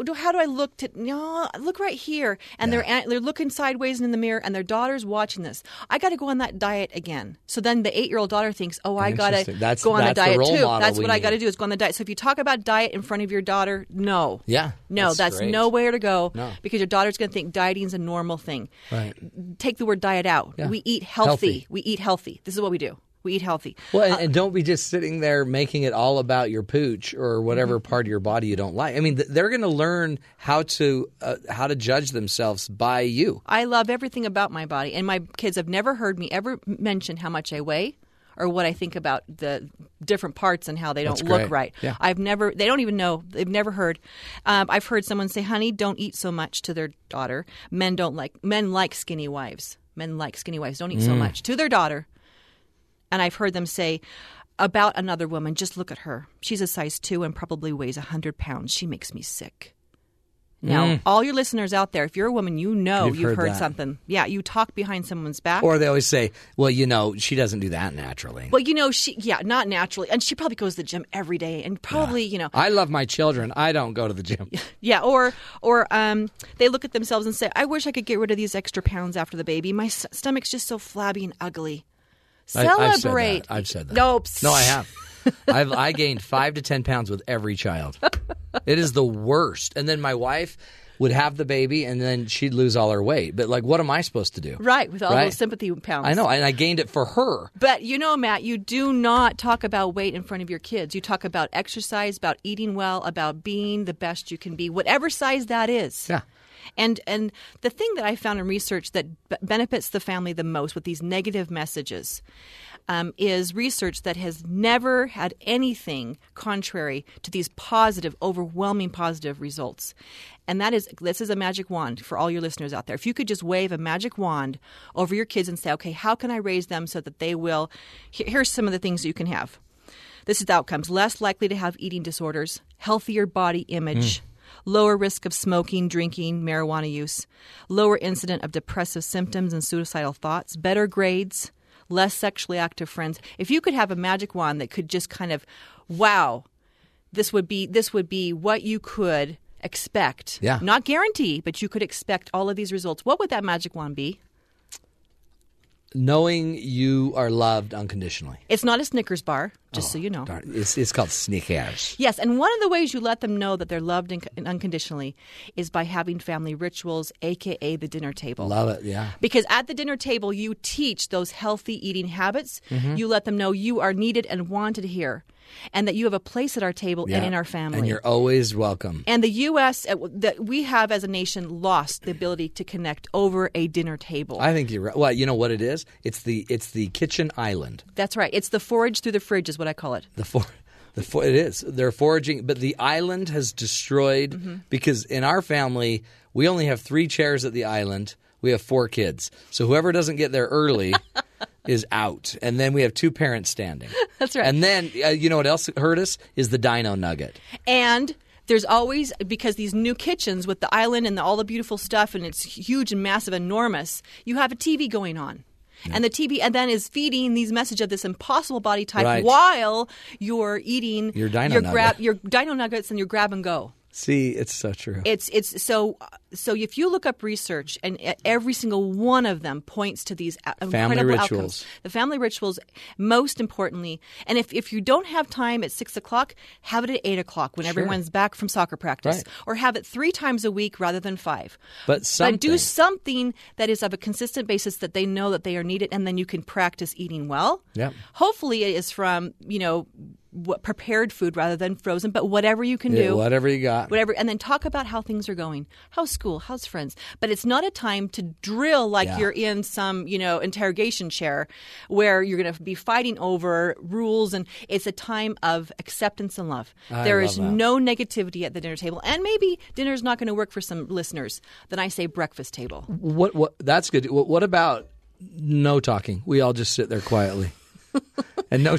do how do I look to no look right here and they're an- they're looking sideways and in the mirror and their daughter's watching this. I got to go on that diet again. So then the eight year old daughter thinks, oh, I got to
Interesting. That's-
go on
that's the
diet
role
too.
model
That's
we
what I
need.
got to do is go on the diet. So if you talk about diet in front of your daughter, no,
Yeah,
no,
that's
that's,
great.
nowhere to go
No.
because your daughter's going to think dieting's a normal thing.
Right.
Take the word diet out.
Yeah.
We eat
Healthy.
healthy. We eat healthy. This is what we do. We eat healthy.
Well, and, and don't be just sitting there making it all about your pooch or whatever
Mm-hmm.
part of your body you don't like. I mean, th- they're going to learn how to uh, how to judge themselves by you.
I love everything about my body, and my kids have never heard me ever mention how much I weigh or what I think about the different parts and how they don't
That's
look
great.
right.
Yeah.
I've never, they don't even know. They've never heard. Um, I've heard someone say, "Honey, don't eat so much" to their daughter. Men don't like men like skinny wives. Men like skinny wives. Don't eat so
Mm.
much to their daughter. And I've heard them say about another woman, "Just look at her. She's a size two and probably weighs hundred pounds. She makes me sick." Now,
Mm.
all your listeners out there, if you're a woman, you know
You've
you've,
heard
heard,
that.
something. Yeah, you talk behind someone's back.
Or they always say, "Well, you know, she doesn't do that naturally."
well, you know, she yeah, not naturally, and she probably goes to the gym every day, and probably you know,
I love my children. I don't go to the gym.
yeah, or or um, they look at themselves and say, "I wish I could get rid of these extra pounds after the baby. My s- stomach's just so flabby and ugly."
I, I've said
Celebrate.
that. I've said that.
Nope.
No, I have. I've I gained five to ten pounds with every child. It is the worst. And then my wife would have the baby, and then she'd lose all her weight. But like, what am I supposed to do?
Right, with all
Right?
those sympathy pounds.
I know, and I gained it for her.
But you know, Matt, you do not talk about weight in front of your kids. You talk about exercise, about eating well, about being the best you can be, whatever size that is.
Yeah.
And and the thing that I found in research that b- benefits the family the most with these negative messages um, is research that has never had anything contrary to these positive, overwhelming positive results. And that is this is a magic wand for all your listeners out there. If you could just wave a magic wand over your kids and say, "Okay, how can I raise them so that they will?" here- Here's some of the things you can have. This is the outcomes: less likely to have eating disorders, healthier body image,
Mm.
lower risk of smoking, drinking, marijuana use, lower incident of depressive symptoms and suicidal thoughts, better grades, less sexually active friends. If you could have a magic wand that could just kind of, wow, this would be this would be what you could expect.
Yeah.
Not guarantee, but you could expect all of these results. What would that magic wand be?
Knowing you are loved unconditionally.
It's not a Snickers bar,
Oh.
just so you know.
Darn, It's, it's called sneakers.
Yes, and one of the ways you let them know that they're loved and and unconditionally is by having family rituals, aka the dinner table.
Love it. Yeah.
Because at the dinner table, you teach those healthy eating habits.
Mhm.
You let them know you are needed and wanted here, and that you have a place at our table
yeah.
and in our family.
And you're always welcome.
And the U.S. uh, that we have as a nation lost the ability to connect over a dinner table.
I think you're right. Well, you know what it is? It's the it's the kitchen island.
That's right. It's the forage through the fridge, is what I call it.
The for, the for, it is. They're foraging, but the island has destroyed
Mhm.
because in our family we only have three chairs at the island. We have four kids, so whoever doesn't get there early is out, and then we have two parents standing.
That's right.
And then uh, you know what else hurt us is the Dino Nugget.
And there's always because these new kitchens with the island and the, all the beautiful stuff and it's huge and massive, enormous. You have a TV going on. And the TV, and then is feeding these message of this impossible body type
Right.
while you're eating
Your Dino
your
Nugget.
grab your dino nuggets and your grab and go.
See, it's so true.
It's it's so so if you look up research and e- every single one of them points to these a-
Family
incredible
rituals.
outcomes. The family rituals, most importantly, and if if you don't have time at six o'clock, have it at eight o'clock when
Sure.
everyone's back from soccer practice,
Right.
or have it three times a week rather than five.
but something.
But do something that is of a consistent basis that they know that they are needed, and then you can practice eating well.
yeah.
Hopefully, it is from you know what, prepared food rather than frozen. But whatever you can
Yeah,
do,
whatever you got.
whatever and then talk about how things are going how's school how's friends but it's not a time to drill like
Yeah.
you're in some you know interrogation chair where you're going to be fighting over rules and it's a time of acceptance and love
I
there
love
is
that.
no negativity at the dinner table and maybe dinner's not going to work for some listeners then i say breakfast table
What? What? That's good. What, what about no talking? We all just sit there quietly and no.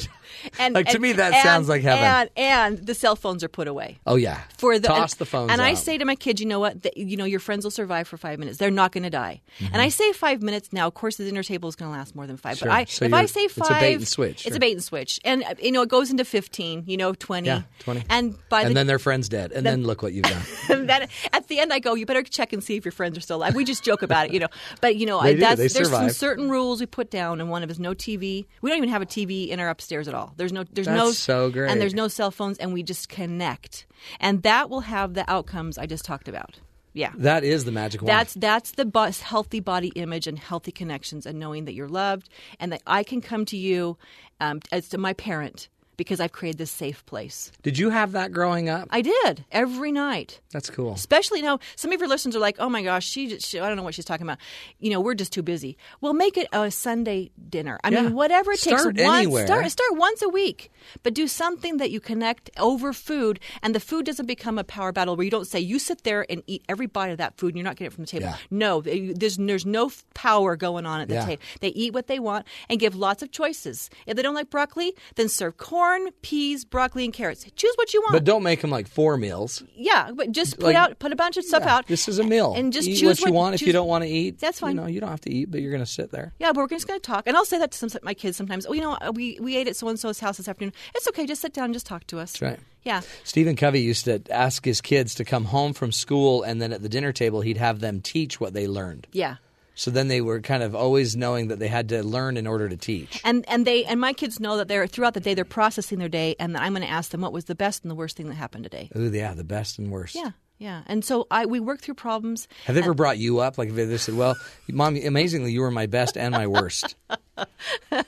like to me, that sounds like heaven.
And, and the cell phones are put away.
oh yeah,
for the
toss
and,
the phones.
And I
out.
say to my kids, you know what? That you know your friends will survive for five minutes. They're not going to die.
Mhm.
And I say five minutes now. Of course, the dinner table is going to last more than five.
Sure.
But I,
So
if I
you're-
say
it's a
five,
bait and switch,
It's
sure.
a bait and switch, and uh, you know it goes into fifteen. You know, twenty.
yeah, twenty,
And by
and
the
then their friend's dead, and
then-
then look what you've done.
and then at the end, I go, "You better check and see if your friends are still alive." We just joke about it, you know. But you know,
They
I,
do.
that's,
They
there's some
survive.
certain rules we put down, and one of them is no TV. We don't even have a TV in our upstairs at all. There's no, there's no,
That's so great.
and there's no cell phones, and we just connect, and that will have the outcomes I just talked about. Yeah.
That is the magic wand.
That's that's the bo- healthy body image and healthy connections and knowing that you're loved and that I can come to you um, as to my parent because I've created this safe place.
Did you have that growing up?
I did every night.
That's cool.
Especially now, some of your listeners are like, "Oh my gosh, she, just, she I don't know what she's talking about." You know, we're just too busy. Well, make it a Sunday dinner. I
Yeah.
mean, whatever it
Start
takes.
anywhere.
Once, start start once a week, but do something that you connect over food, and the food doesn't become a power battle where you don't say you sit there and eat every bite of that food and you're not getting it from the table.
Yeah.
No, they- there's there's no f- power going on at the
Yeah.
table. They eat what they want and give lots of choices. If they don't like broccoli, then serve corn, peas, broccoli, and carrots. Choose what you want.
But don't make them like four meals.
Yeah, but just put
Like-
out put a bunch of stuff
Yeah,
out.
This is a meal.
and just
eat what
choose
you
what-
want. if you
choose-
don't want to eat,
That's
You
fine.
know, you don't have to eat, but you're going to sit there.
Yeah, but we're just going to talk, and I'll say that to some my kids sometimes. Oh, you know, we we ate at so and so's house this afternoon. It's okay, just sit down, and just talk to us.
That's right.
Yeah,
Stephen Covey used to ask his kids to come home from school, and then at the dinner table, he'd have them teach what they learned.
yeah.
So then they were kind of always knowing that they had to learn in order to teach.
And and they and my kids know that they're throughout the day they're processing their day, and that I'm going to ask them what was the best and the worst thing that happened today.
Ooh, yeah, the best and worst.
Yeah, yeah. And so I we work through problems.
Have they ever brought you up? Like, if they said, well, mom, amazingly, you were my best and my worst.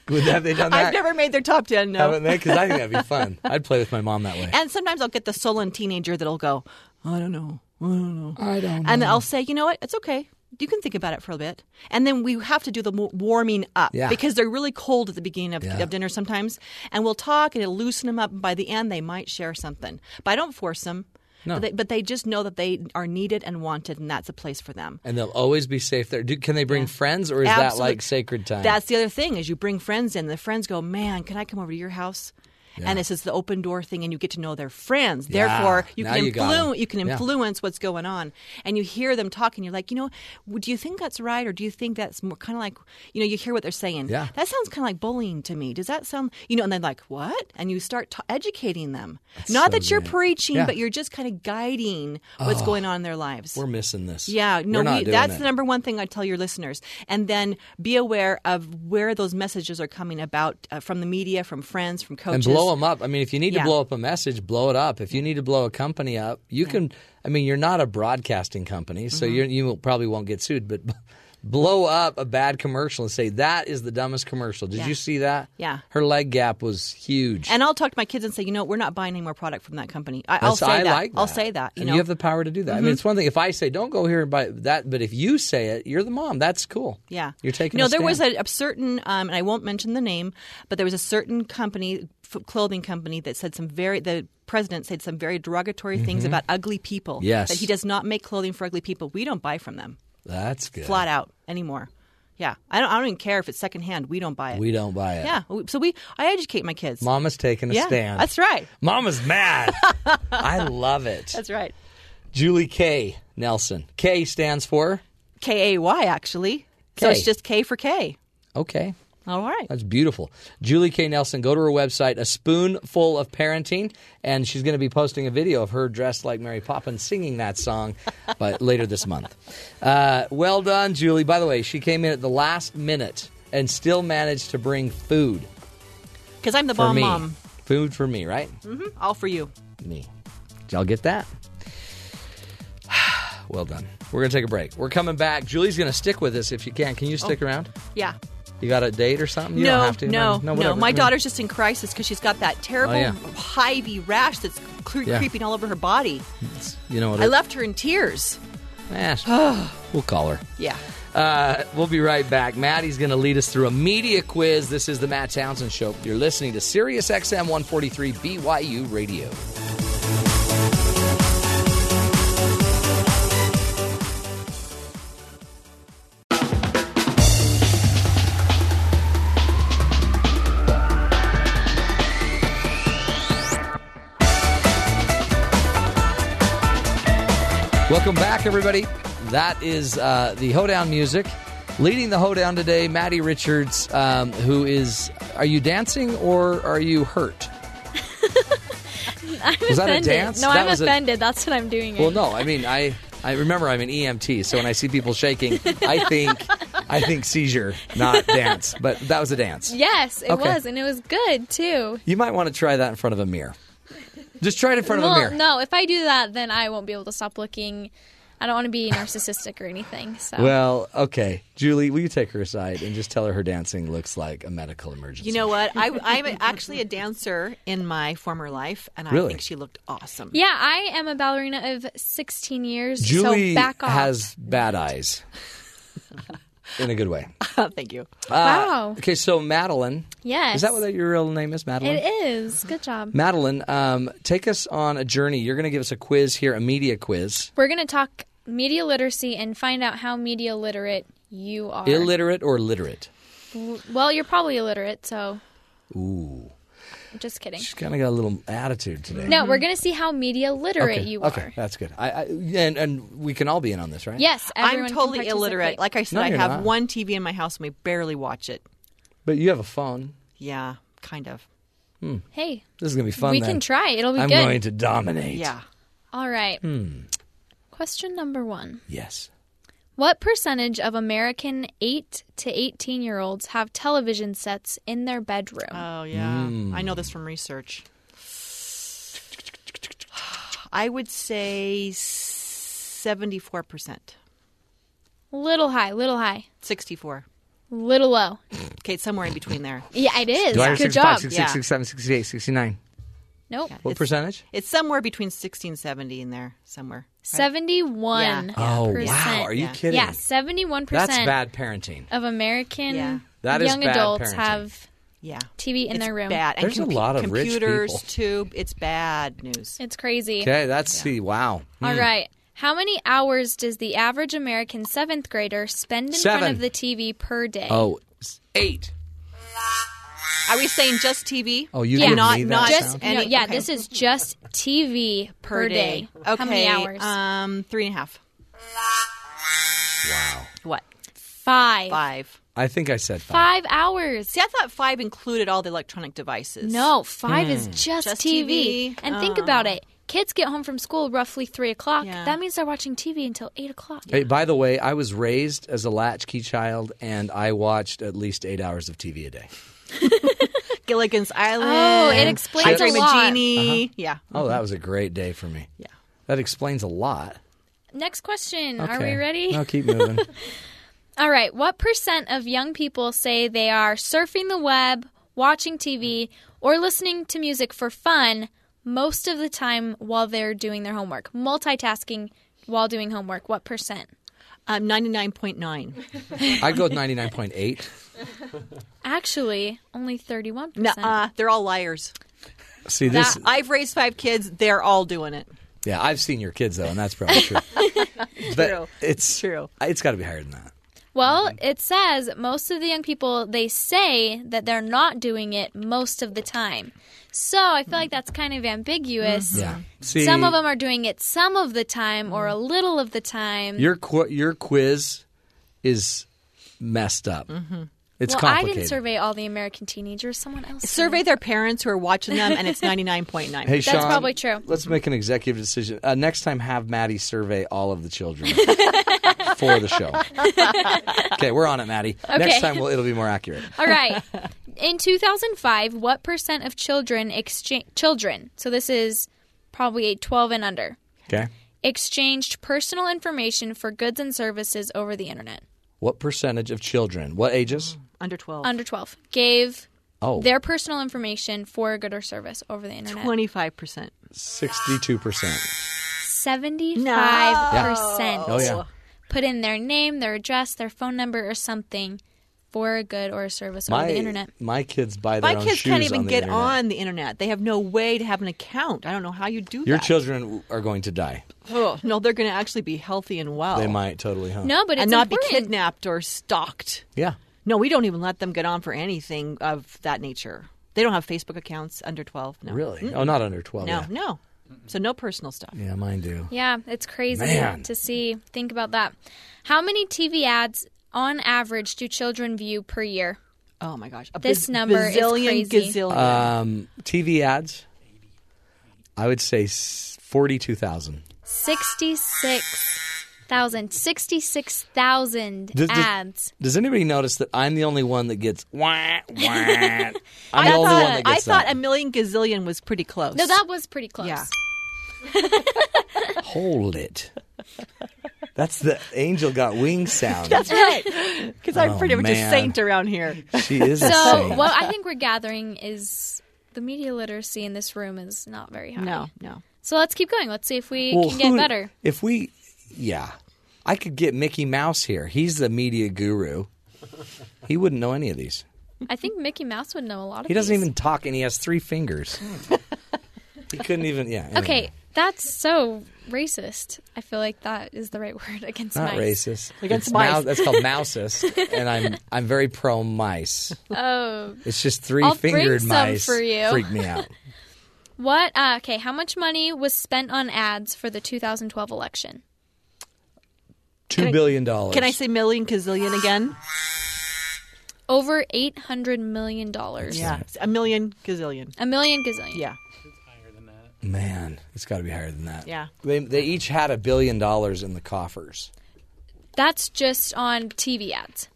Would, have they done that?
I've never made their top ten. No,
Haven't they? Because I think that'd be fun. I'd play with my mom that way.
And sometimes I'll get the sullen teenager that'll go, I don't know. I don't know.
I don't
And
know.
I'll say, you know what? It's okay. You can think about it for a bit. And then we have to do the mo- warming up
Yeah.
because they're really cold at the beginning of,
Yeah.
of dinner sometimes. And we'll talk and it'll loosen them up. And by the end, they might share something. But I don't force them.
No.
But, they, but they just know that they are needed and wanted, and that's a place for them.
And they'll always be safe there. Do, can they bring friends, or is that
Absolute-
like sacred time?
That's the other thing is you bring friends in. The friends go, man, can I come over to your house?
Yeah.
And this is the open door thing, and you get to know their friends.
Yeah.
Therefore, you
Now
can
you got 'em.
influence. You, can
Yeah.
influence what's going on, and you hear them talking. You're like, you know, w- do you think that's right, or do you think that's more kind of like, you know, you hear what they're saying.
Yeah.
that sounds kind of like bullying to me. Does that sound, you know? And they're like, what? And you start t- educating them. Not
so
that you're
great.
preaching,
Yeah.
but you're just kind of guiding what's
Oh.
going on in their lives.
We're missing this.
Yeah, no,
We're not
we,
doing
that's
it.
the number one thing I tell your listeners. And then be aware of where those messages are coming about uh, from the media, from friends, from coaches.
And blow them up. I mean, if you need to
Yeah.
blow up a message, blow it up. If you need to blow a company up, you can. I mean, you're not a broadcasting company,
Mm-hmm.
so you're, you will- probably won't get sued. But blow up a bad commercial and say that is the dumbest commercial. Did
Yeah.
you see that?
Yeah.
Her leg gap was huge.
And I'll talk to my kids and say, you know, we're not buying any more product from that company. I,
And
I'll
so
say
I
that.
like
I'll
that.
say that. You
and
know,
you have the power to do that. I mean,
Mhm.
it's one thing if I say, "Don't go here and buy that," but if you say it, you're the mom. That's cool.
Yeah,
you're taking.
No,
a
there was
stand.
a, a certain, um, and I won't mention the name, but there was a certain company, f- clothing company, that said some very. The president said some very derogatory things
Mhm.
about ugly people.
Yes.
that he does not make clothing for ugly people. We don't buy from them.
That's good.
flat out anymore. Yeah, I don't. I don't even care if it's secondhand. We don't buy it.
We don't buy it.
Yeah, we- Oh, so we. I educate my kids.
Mama's taking a
yeah,
stand.
That's right.
Mama's mad. I love it.
That's right.
Julie K. Nelson. K stands for
K A Y actually. So
K.
it's just K for K.
okay.
All right.
That's beautiful. Julie K. Nelson. Go to her website, A Spoonful of Parenting, and she's going to be posting a video of her dressed like Mary Poppins singing that song by, later this month. Uh, well done, Julie. By the way, she came in at the last minute and still managed to bring food
Because I'm the
for
bomb
me.
mom.
Food for me, right?
hmm All for you.
me. Did y'all get that? well done. We're going to take a break. We're coming back. Julie's going to stick with us if you can. Can you stick
Oh.
around?
Yeah.
You got a date or something? You
no,
don't have to.
no, no,
whatever. I
My
mean, Oh,
daughter's just in crisis because she's got that terrible
yeah.
hivey rash that's cre-
Yeah.
creeping all over her body.
it's- You know what?
I
it-
left her in tears.
Eh, we'll call her.
Yeah.
Uh, we'll be right back. Maddie's going to lead us through a media quiz. This is the Matt Townsend Show. You're listening to Sirius XM 143 BYU Radio. Welcome back, everybody. That is uh, the hoedown music. Leading the hoedown today, Maddie Richards, um, who is. Are you dancing or are you hurt?
I'm
Was
offended.
that a dance?
No,
That
I'm
was a-
offended. That's what I'm doing.
Well,
it.
no. I mean, I I remember I'm an EMT, so when I see people shaking, I think I think seizure, not dance. But that was a dance.
Yes, it
Okay.
was, and it was good too.
You might want to try that in front of a mirror. Just try it in front of
well,
a mirror.
no, if I do that, then I won't be able to stop looking. I don't want to be narcissistic or anything. So
Well, okay. Julie, will you take her aside and just tell her her dancing looks like a medical emergency?
You know what? I, I'm actually a dancer in my former life, and I
Really?
think she looked awesome.
yeah, I am a ballerina of 16 years.
Julie
so back off.
has bad eyes. in a good way.
Thank you.
Uh,
Wow.
Okay, so Madeline.
Yes.
Is that what your real name is, Madeline?
It is. Good job.
Madeline, um, take us on a journey. You're going to give us a quiz here, a media quiz.
We're going to talk media literacy and find out how media literate you are.
Illiterate or literate?
L- Well, you're probably illiterate, so
Ooh.
just kidding.
She's kind of got a little attitude today.
No, we're going to see how media literate
okay.
you are.
Okay, that's good. I, I, and, and we can all be in on this, right?
Yes, everyone
I'm
can
totally
participate.
illiterate. Like I said,
No,
I
you're
have
not.
one TV in my house, and we barely watch it.
But you have a phone.
Yeah, kind of.
Hmm.
Hey,
This is going to be fun.
We
then.
can try. It'll be
I'm
good.
going to dominate.
All right.
Hmm.
Question number one.
Yes.
What percentage of American 8 to 18 year olds have television sets in their bedroom?
Oh, yeah. I know this from research. I would say 74%.
Little high, little high.
64.
Little low.
Okay, somewhere in between there.
Yeah, it is. Good
265,
job.
66,
Yeah.
67, 68, 69.
Nope.
What percentage?
It's somewhere between 60 and 70 in there, somewhere.
71.
Oh,
percent.
wow. Are you
yeah.
kidding?
Yeah, 71%
That's bad parenting.
of American
That is
young
bad
adults
parenting.
have
yeah.
TV in
It's
their room.
Bad. And
There's a
compu-
lot of rich
computers,
people.
too. It's bad news.
It's crazy.
Okay, that's see, wow.
All
Hmm.
right. How many hours does the average American seventh grader spend in
Seven.
front of the TV per day?
Oh, s- eight.
Are we saying just TV?
Oh, you Yeah. give
not
me that
not
Just- sound?
any.
No, yeah,
okay.
this is just TV per, day.
Okay,
How many hours?
Um, three and a half.
Wow.
What?
Five.
Five.
I think I said five.
Five hours.
See, I thought five included all the electronic devices.
No, five is
Hmm.
just,
Just
TV.
TV.
And think
Oh.
about it. Kids get home from school roughly three o'clock.
Yeah.
That means they're watching TV until eight o'clock.
Hey, by the way, I was raised as a latchkey child, and I watched at least eight hours of TV a day.
Gilligan's Island.
Oh, it explains
Dream
a
of
lot.
Jeannie.
Uh-huh.
Yeah.
Oh, that was a great day for me. Yeah. That explains a lot.
Next question. Are
Okay.
we ready?
No, keep moving.
All right. What percent of young people say they are surfing the web, watching TV, or listening to music for fun most of the time while they're doing their homework? Multitasking while doing homework. What percent?
Um, 99.9.
I go with 99.8.
Actually, only 31%.
Nuh-uh, they're all liars.
See, this.
That- I've raised five kids. They're all doing it.
Yeah, I've seen your kids, though, and that's probably true. but
True.
It's true. It's got to be higher than that.
Well, it says most of the young people they say that they're not doing it most of the time. So I feel like that's kind of ambiguous.
Yeah. See,
some of them are doing it some of the time or a
Mm.
little of the time.
Your qu- your quiz is messed up. It's
Mm-hmm. well, I
complicated.
didn't survey all the American teenagers. Someone else did.
Survey their parents who are watching them, and it's 99.9.
Hey,
That's
Sean,
probably true.
Let's make an executive decision. Uh, next time, have Maddie survey all of the children for the show. Okay, we're on it, Maddie. Next
Okay.
time, we'll, it'll be more accurate.
All right. In 2005, what percent of children exchange children? So this is probably 12 and under.
Okay.
Exchanged personal information for goods and services over the internet.
What percentage of children? What ages?
Under 12.
Under 12 gave
Oh.
their personal information for a good or service over the internet.
25%.
62%.
75%
Yeah. Oh, yeah.
put in their name, their address, their phone number, or something for a good or a service
my,
over the internet.
My kids buy their
My
own
kids
shoes
can't even
on the
get
internet.
on the internet. They have no way to have an account. I don't know how you do
Your
that.
children are going to die.
Oh, no, they're going to actually be healthy and well.
They might totally, huh?
No, but it's
and not
important.
be kidnapped or stalked.
Yeah.
No, we don't even let them get on for anything of that nature. They don't have Facebook accounts under 12. No.
Really?
Mm-mm.
Oh, not under 12.
No,
yeah.
no. So no personal stuff.
Yeah, mine do.
Yeah, it's crazy
Man.
to see. Think about that. How many TV ads on average do children view per year?
Oh my gosh. A
this
baz-
number
bazillion,
is crazy.
gazillion.
Um, TV ads. I would say forty-two thousand.
66,000. 66,000
Does- does-
ads.
Does anybody notice that I'm the only one that gets wah wah? I'm the
I
only
thought,
one that
I
gets
thought
that.
a million gazillion was pretty close.
No, that was pretty close.
Yeah.
Hold it. That's the angel got wings sound.
That's right. Because I'm
Oh,
pretty much a
man.
saint around here.
She is
So,
a saint.
what I think we're gathering is the media literacy in this room is not very high.
No, no.
So, let's keep going. Let's see if we
Well,
can get
who-
better.
If we, yeah, I could get Mickey Mouse here. He's the media guru. He wouldn't know any of these.
I think Mickey Mouse would know a lot of
He doesn't
these.
even talk, and he has three fingers. he couldn't even. Yeah. anyway.
Okay, that's so racist. I feel like that is the right word against
Not
mice.
racist.
Against
It's
mice.
mouse- that's called mousist, and I'm I'm very pro mice.
Oh,
It's just 3
I'll bring
fingered
some
mice.
for you.
Freak me out.
what? Uh, okay, how much money was spent on ads for the 2012 election?
Two billion dollars.
Can I say million gazillion again?
Over 800 million dollars.
Yeah. A million gazillion.
a million gazillion.
Yeah,
Man, it's got to be higher than that.
Yeah.
They they each had a billion dollars in the coffers.
that's just on TV ads.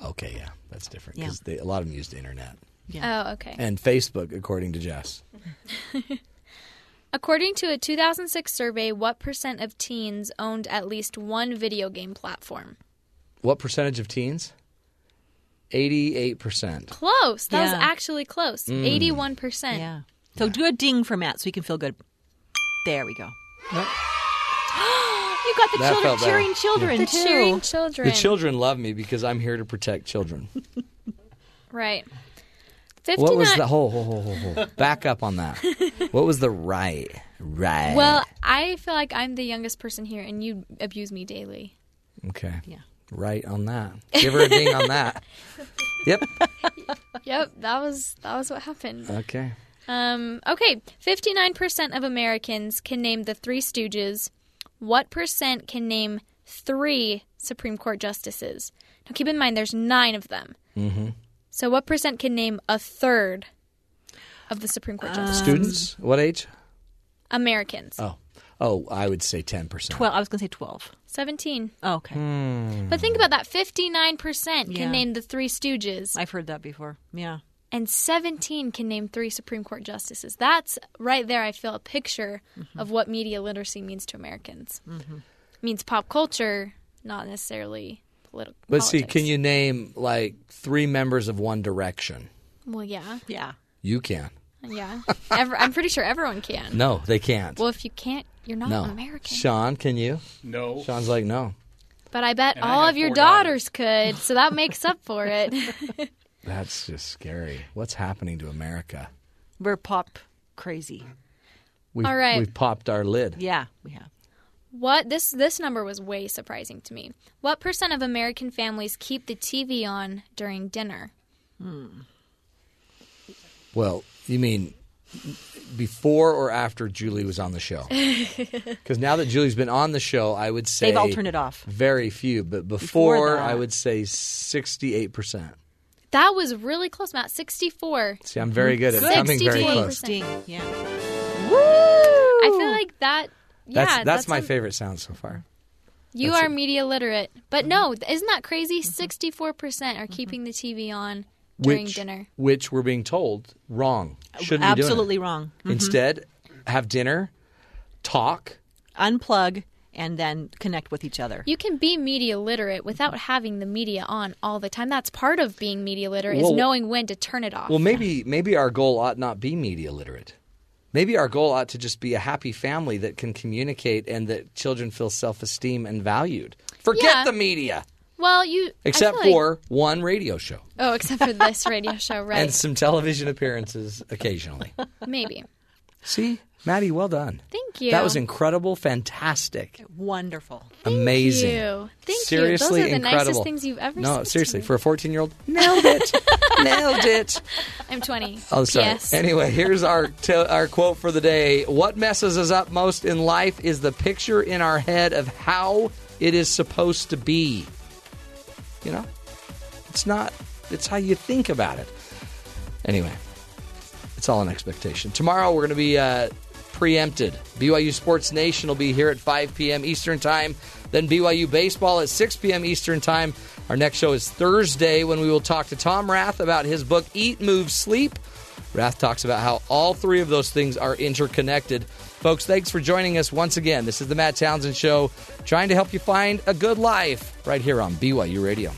Okay, yeah, that's different
Yeah.
because a lot of them used the internet
Oh, okay.
and Facebook, according to Jess.
According to a 2006 survey, what percent of teens owned at least one video game platform?
What percentage of teens? Eighty-eight percent.
Close. That was
Yeah.
actually close.
Mm.
81%.
Yeah. So do a ding for Matt so we can feel good. There we go. you got
That
the children
felt better.
cheering children
The
too.
cheering children.
The children love me because I'm here to protect children.
Right. 59-
What was the whole whole whole whole? whole. Back up on that. What was the right right?
Well, I feel like I'm the youngest person here, and you abuse me daily.
okay, yeah, right on that. Give her a ding on that. Yep.
yep, that was that was what happened.
Okay.
Um, okay, fifty nine percent of Americans can name the Three Stooges. What percent can name three Supreme Court justices? Now, keep in mind, there's nine of them.
Mm-hmm.
So, what percent can name a third of the Supreme
Uh,
Court justices?
Students, what age?
Americans,
Oh, oh, I would say ten percent.
Twelve. oh, I was going to say twelve.
seventeen.
Oh, okay.
But think about that: fifty nine percent
Yeah.
can name the Three Stooges.
I've heard that before. Yeah.
and 17 can name three Supreme Court justices. That's right there, I feel, a picture
Mm-hmm.
of what media literacy means to Americans. It means pop culture, not necessarily political.
Let's see. Can you name like three members of One Direction?
Well, yeah.
Yeah.
You can.
Yeah. Ever, I'm pretty sure everyone can.
No, they can't.
Well, if you can't, you're not
no.
American.
Sean, can you?
No.
Sean's like no.
But I bet
And I
all
have
of your
four
daughters could, so that makes up for it.
That's just scary. What's happening to America?
We're pop crazy.
We've,
All right.
We've popped our lid.
Yeah, we have.
What this this number was way surprising to me. What percent of American families keep the TV on during dinner?
Well, you mean before or after Julie was on the show? Because now that Julie's been on the show, I would say
They've all turned it off.
Very few, but
Before
before,
that.
I would say sixty-eight percent.
That was really close, Matt. 64.
See, I'm very good at coming very close.
Ding. Yeah.
I feel like that. Yeah,
that's that's, my
a-
favorite sound so far.
You
that's
are media literate, but no, th- isn't that crazy? 64 percent are keeping the TV on during
which,
dinner.
Which we're being told wrong. Shouldn't be doing it.
Absolutely wrong.
Mm-hmm.
Mhm.
Instead, have dinner, talk.
Unplug and then connect with each other.
You can be media literate without having the media on all the time. That's part of being media literate
Well-
is knowing when to turn it off.
Well, maybe maybe our goal ought not be media literate. Maybe our goal ought to just be a happy family that can communicate and that children feel self esteem and valued. Forget
Yeah.
the media,
well, you I
except
feel like-
for one radio show
oh, except for this radio show,
and
right?
some television appearances occasionally.
maybe.
See, Maddie, well done.
Thank you.
That was incredible, fantastic,
Wonderful.
amazing.
you. Thank you. Those
seriously
are the nicest
incredible.
things you've ever
No,
said to
seriously,
me.
for a 14 year old, nailed it. Nailed it.
I'm 20.
Oh, sorry.
Yes.
Anyway, here's our t- our quote for the day. What messes us up most in life is the picture in our head of how it is supposed to be. You know, it's not. It's how you think about it. Anyway, it's all an expectation. Tomorrow we're going to be uh, preempted. BYU Sports Nation will be here at 5 p.m. Eastern Time. Then BYU Baseball at 6 p.m. Eastern Time. Our next show is Thursday when we will talk to Tom Rath about his book Eat, Move, Sleep. Rath talks about how all three of those things are interconnected. Folks, thanks for joining us once again. This is the Matt Townsend Show, trying to help you find a good life right here on BYU Radio.